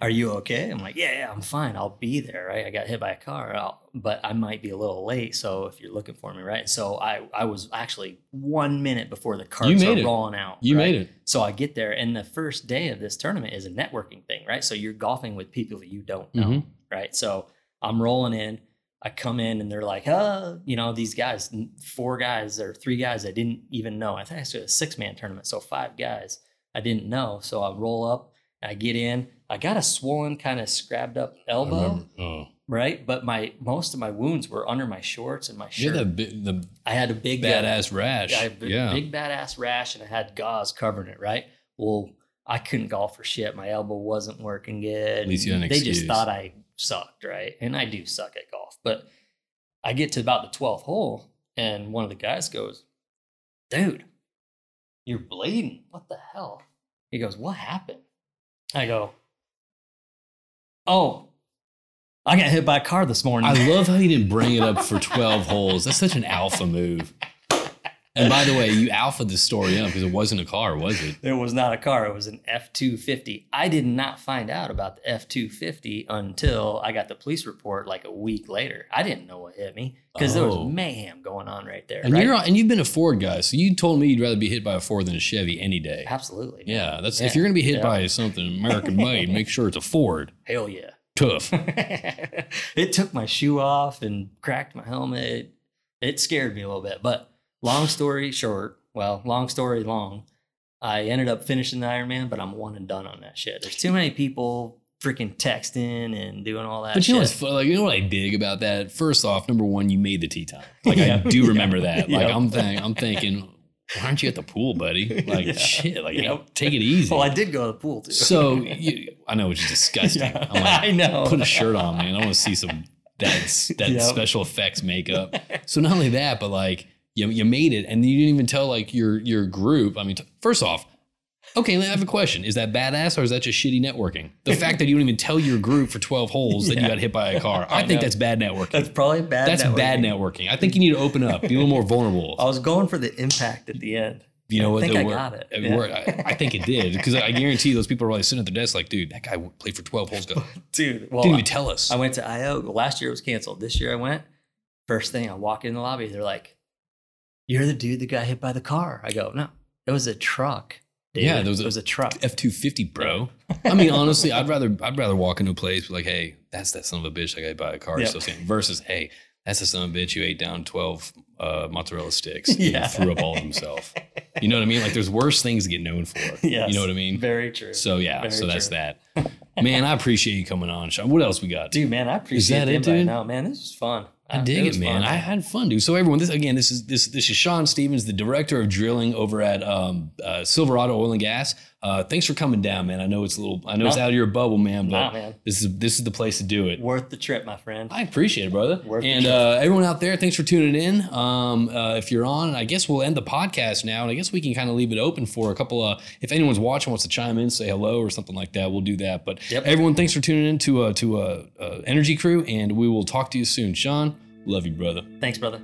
Are you okay? I'm like, Yeah, yeah, I'm fine. I'll be there. Right. I got hit by a car, I'll, but I might be a little late. So if you're looking for me, right. So I, I was actually one minute before the carts
made
are
it.
rolling out.
You
right?
made it.
So I get there, and the first day of this tournament is a networking thing, right? So you're golfing with people that you don't know,
Mhm.
right? So I'm rolling in. I come in and they're like, uh, you know, these guys, n- four guys or three guys I didn't even know. I think it's a six man tournament. So five guys I didn't know. So I roll up, I get in. I got a swollen, kind of scrabbed up
I
elbow,
remember. Oh.
right? But my most of my wounds were under my shorts and my
You
shirt.
had that bi- the
I had a big uh,
badass rash.
I had a
yeah.
big badass rash and I had gauze covering it, right? Well, I couldn't golf for shit. My elbow wasn't working good.
At least you had an
they just
excuse.
thought I sucked, right? And I do suck at golf. But I get to about the 12th hole and one of the guys goes, Dude, you're bleeding. What the hell? He goes, What happened? I go, Oh, I got hit by a car this morning.
I love how you didn't bring it up for 12 holes. That's such an alpha move. And by the way, you alpha the story up because it wasn't a car, was it?
It was not a car. It was an F two fifty. I did not find out about the F two fifty until I got the police report like a week later. I didn't know what hit me because there
Oh.
was mayhem going on right there.
And
right?
you're and you've been a Ford guy, so you told me you'd rather be hit by a Ford than a Chevy any day.
absolutely. man.
Yeah, that's
Yeah.
if you're gonna be hit
Yeah.
by something American made, make sure it's a Ford.
Hell yeah.
Tough.
it took my shoe off and cracked my helmet. It scared me a little bit. But long story short, well, long story long, I ended up finishing the Ironman, but I'm one and done on that shit. There's too many people freaking texting and doing all that.
But you know
shit.
what's fu- like you know what I dig about that? First off, number one, you made the tea time. Like
Yeah.
I do
Yeah.
remember that. Like
Yeah.
I'm think, I'm thinking, why aren't you at the pool, buddy? Like
Yeah.
shit, like
Yeah.
take it easy.
Well, I did go to the pool too.
so you, I know which is disgusting.
Yeah.
I'm like,
I know.
put a shirt on, man. I want to see some that that
Yep.
special effects makeup. So not only that, but like you you made it, and you didn't even tell like your your group. I mean, t- first off, okay, I have a question: Is that badass or is that just shitty networking? The fact that you don't even tell your group for twelve holes that you
Yeah.
got hit by a car, I,
I
think
know.
that's bad networking.
That's
That's,
probably bad. networking.
bad networking. I think you need to open up, be a little more vulnerable.
I was going for the impact at the end.
you know
I
what?
think
the
I
wor-
got it.
it
Yeah.
worked. I, I think it did because I guarantee those people are probably sitting at their desk like, dude, that guy w- played for twelve holes. Go,
Dude, well,
didn't even tell us.
I went to IO. Last year it was canceled. This year I went. First thing I walk in the lobby, they're like, You're the dude that got hit by the car. I go, No, it was a truck. David.
Yeah, there was a-
it was a truck.
F two fifty, bro. I mean, honestly, I'd rather I'd rather walk into a place be like, hey, that's that son of a bitch I got by a car
Yep.
associate versus hey, that's the son of a bitch who ate down twelve uh, mozzarella sticks and
Yeah.
threw up all of himself. You know what I mean? Like, there's worse things to get known for.
Yes.
You know what I mean?
Very true.
So yeah,
Very
so that's
true.
that. man, I appreciate you coming on, Sean. What else we got?
Dude, man, I appreciate
that
the
it,
invite.
dude?
No, man, this was fun.
I
Uh,
dig it,
was
man.
fun.
I had fun, dude. So everyone, this again, this is this this is Sean Stevens, the director of drilling over at um, uh, Silverado Oil and Gas. Uh, thanks for coming down, man. I know it's a little, I know it's
No.
out of your bubble, man, but
Nah, man.
this is this is the place to do it.
Worth the trip, my friend.
I appreciate it, brother.
Worth the
and
trip.
uh, everyone out there, thanks for tuning in. Um, uh, if you're on, I guess we'll end the podcast now, and I guess we can kind of leave it open for a couple of. If anyone's watching, wants to chime in, say hello or something like that, we'll do that. But
Yep.
everyone, thanks for tuning in to uh, to uh, uh, Energy Crew, and we will talk to you soon. Sean, love you, brother.
Thanks, brother.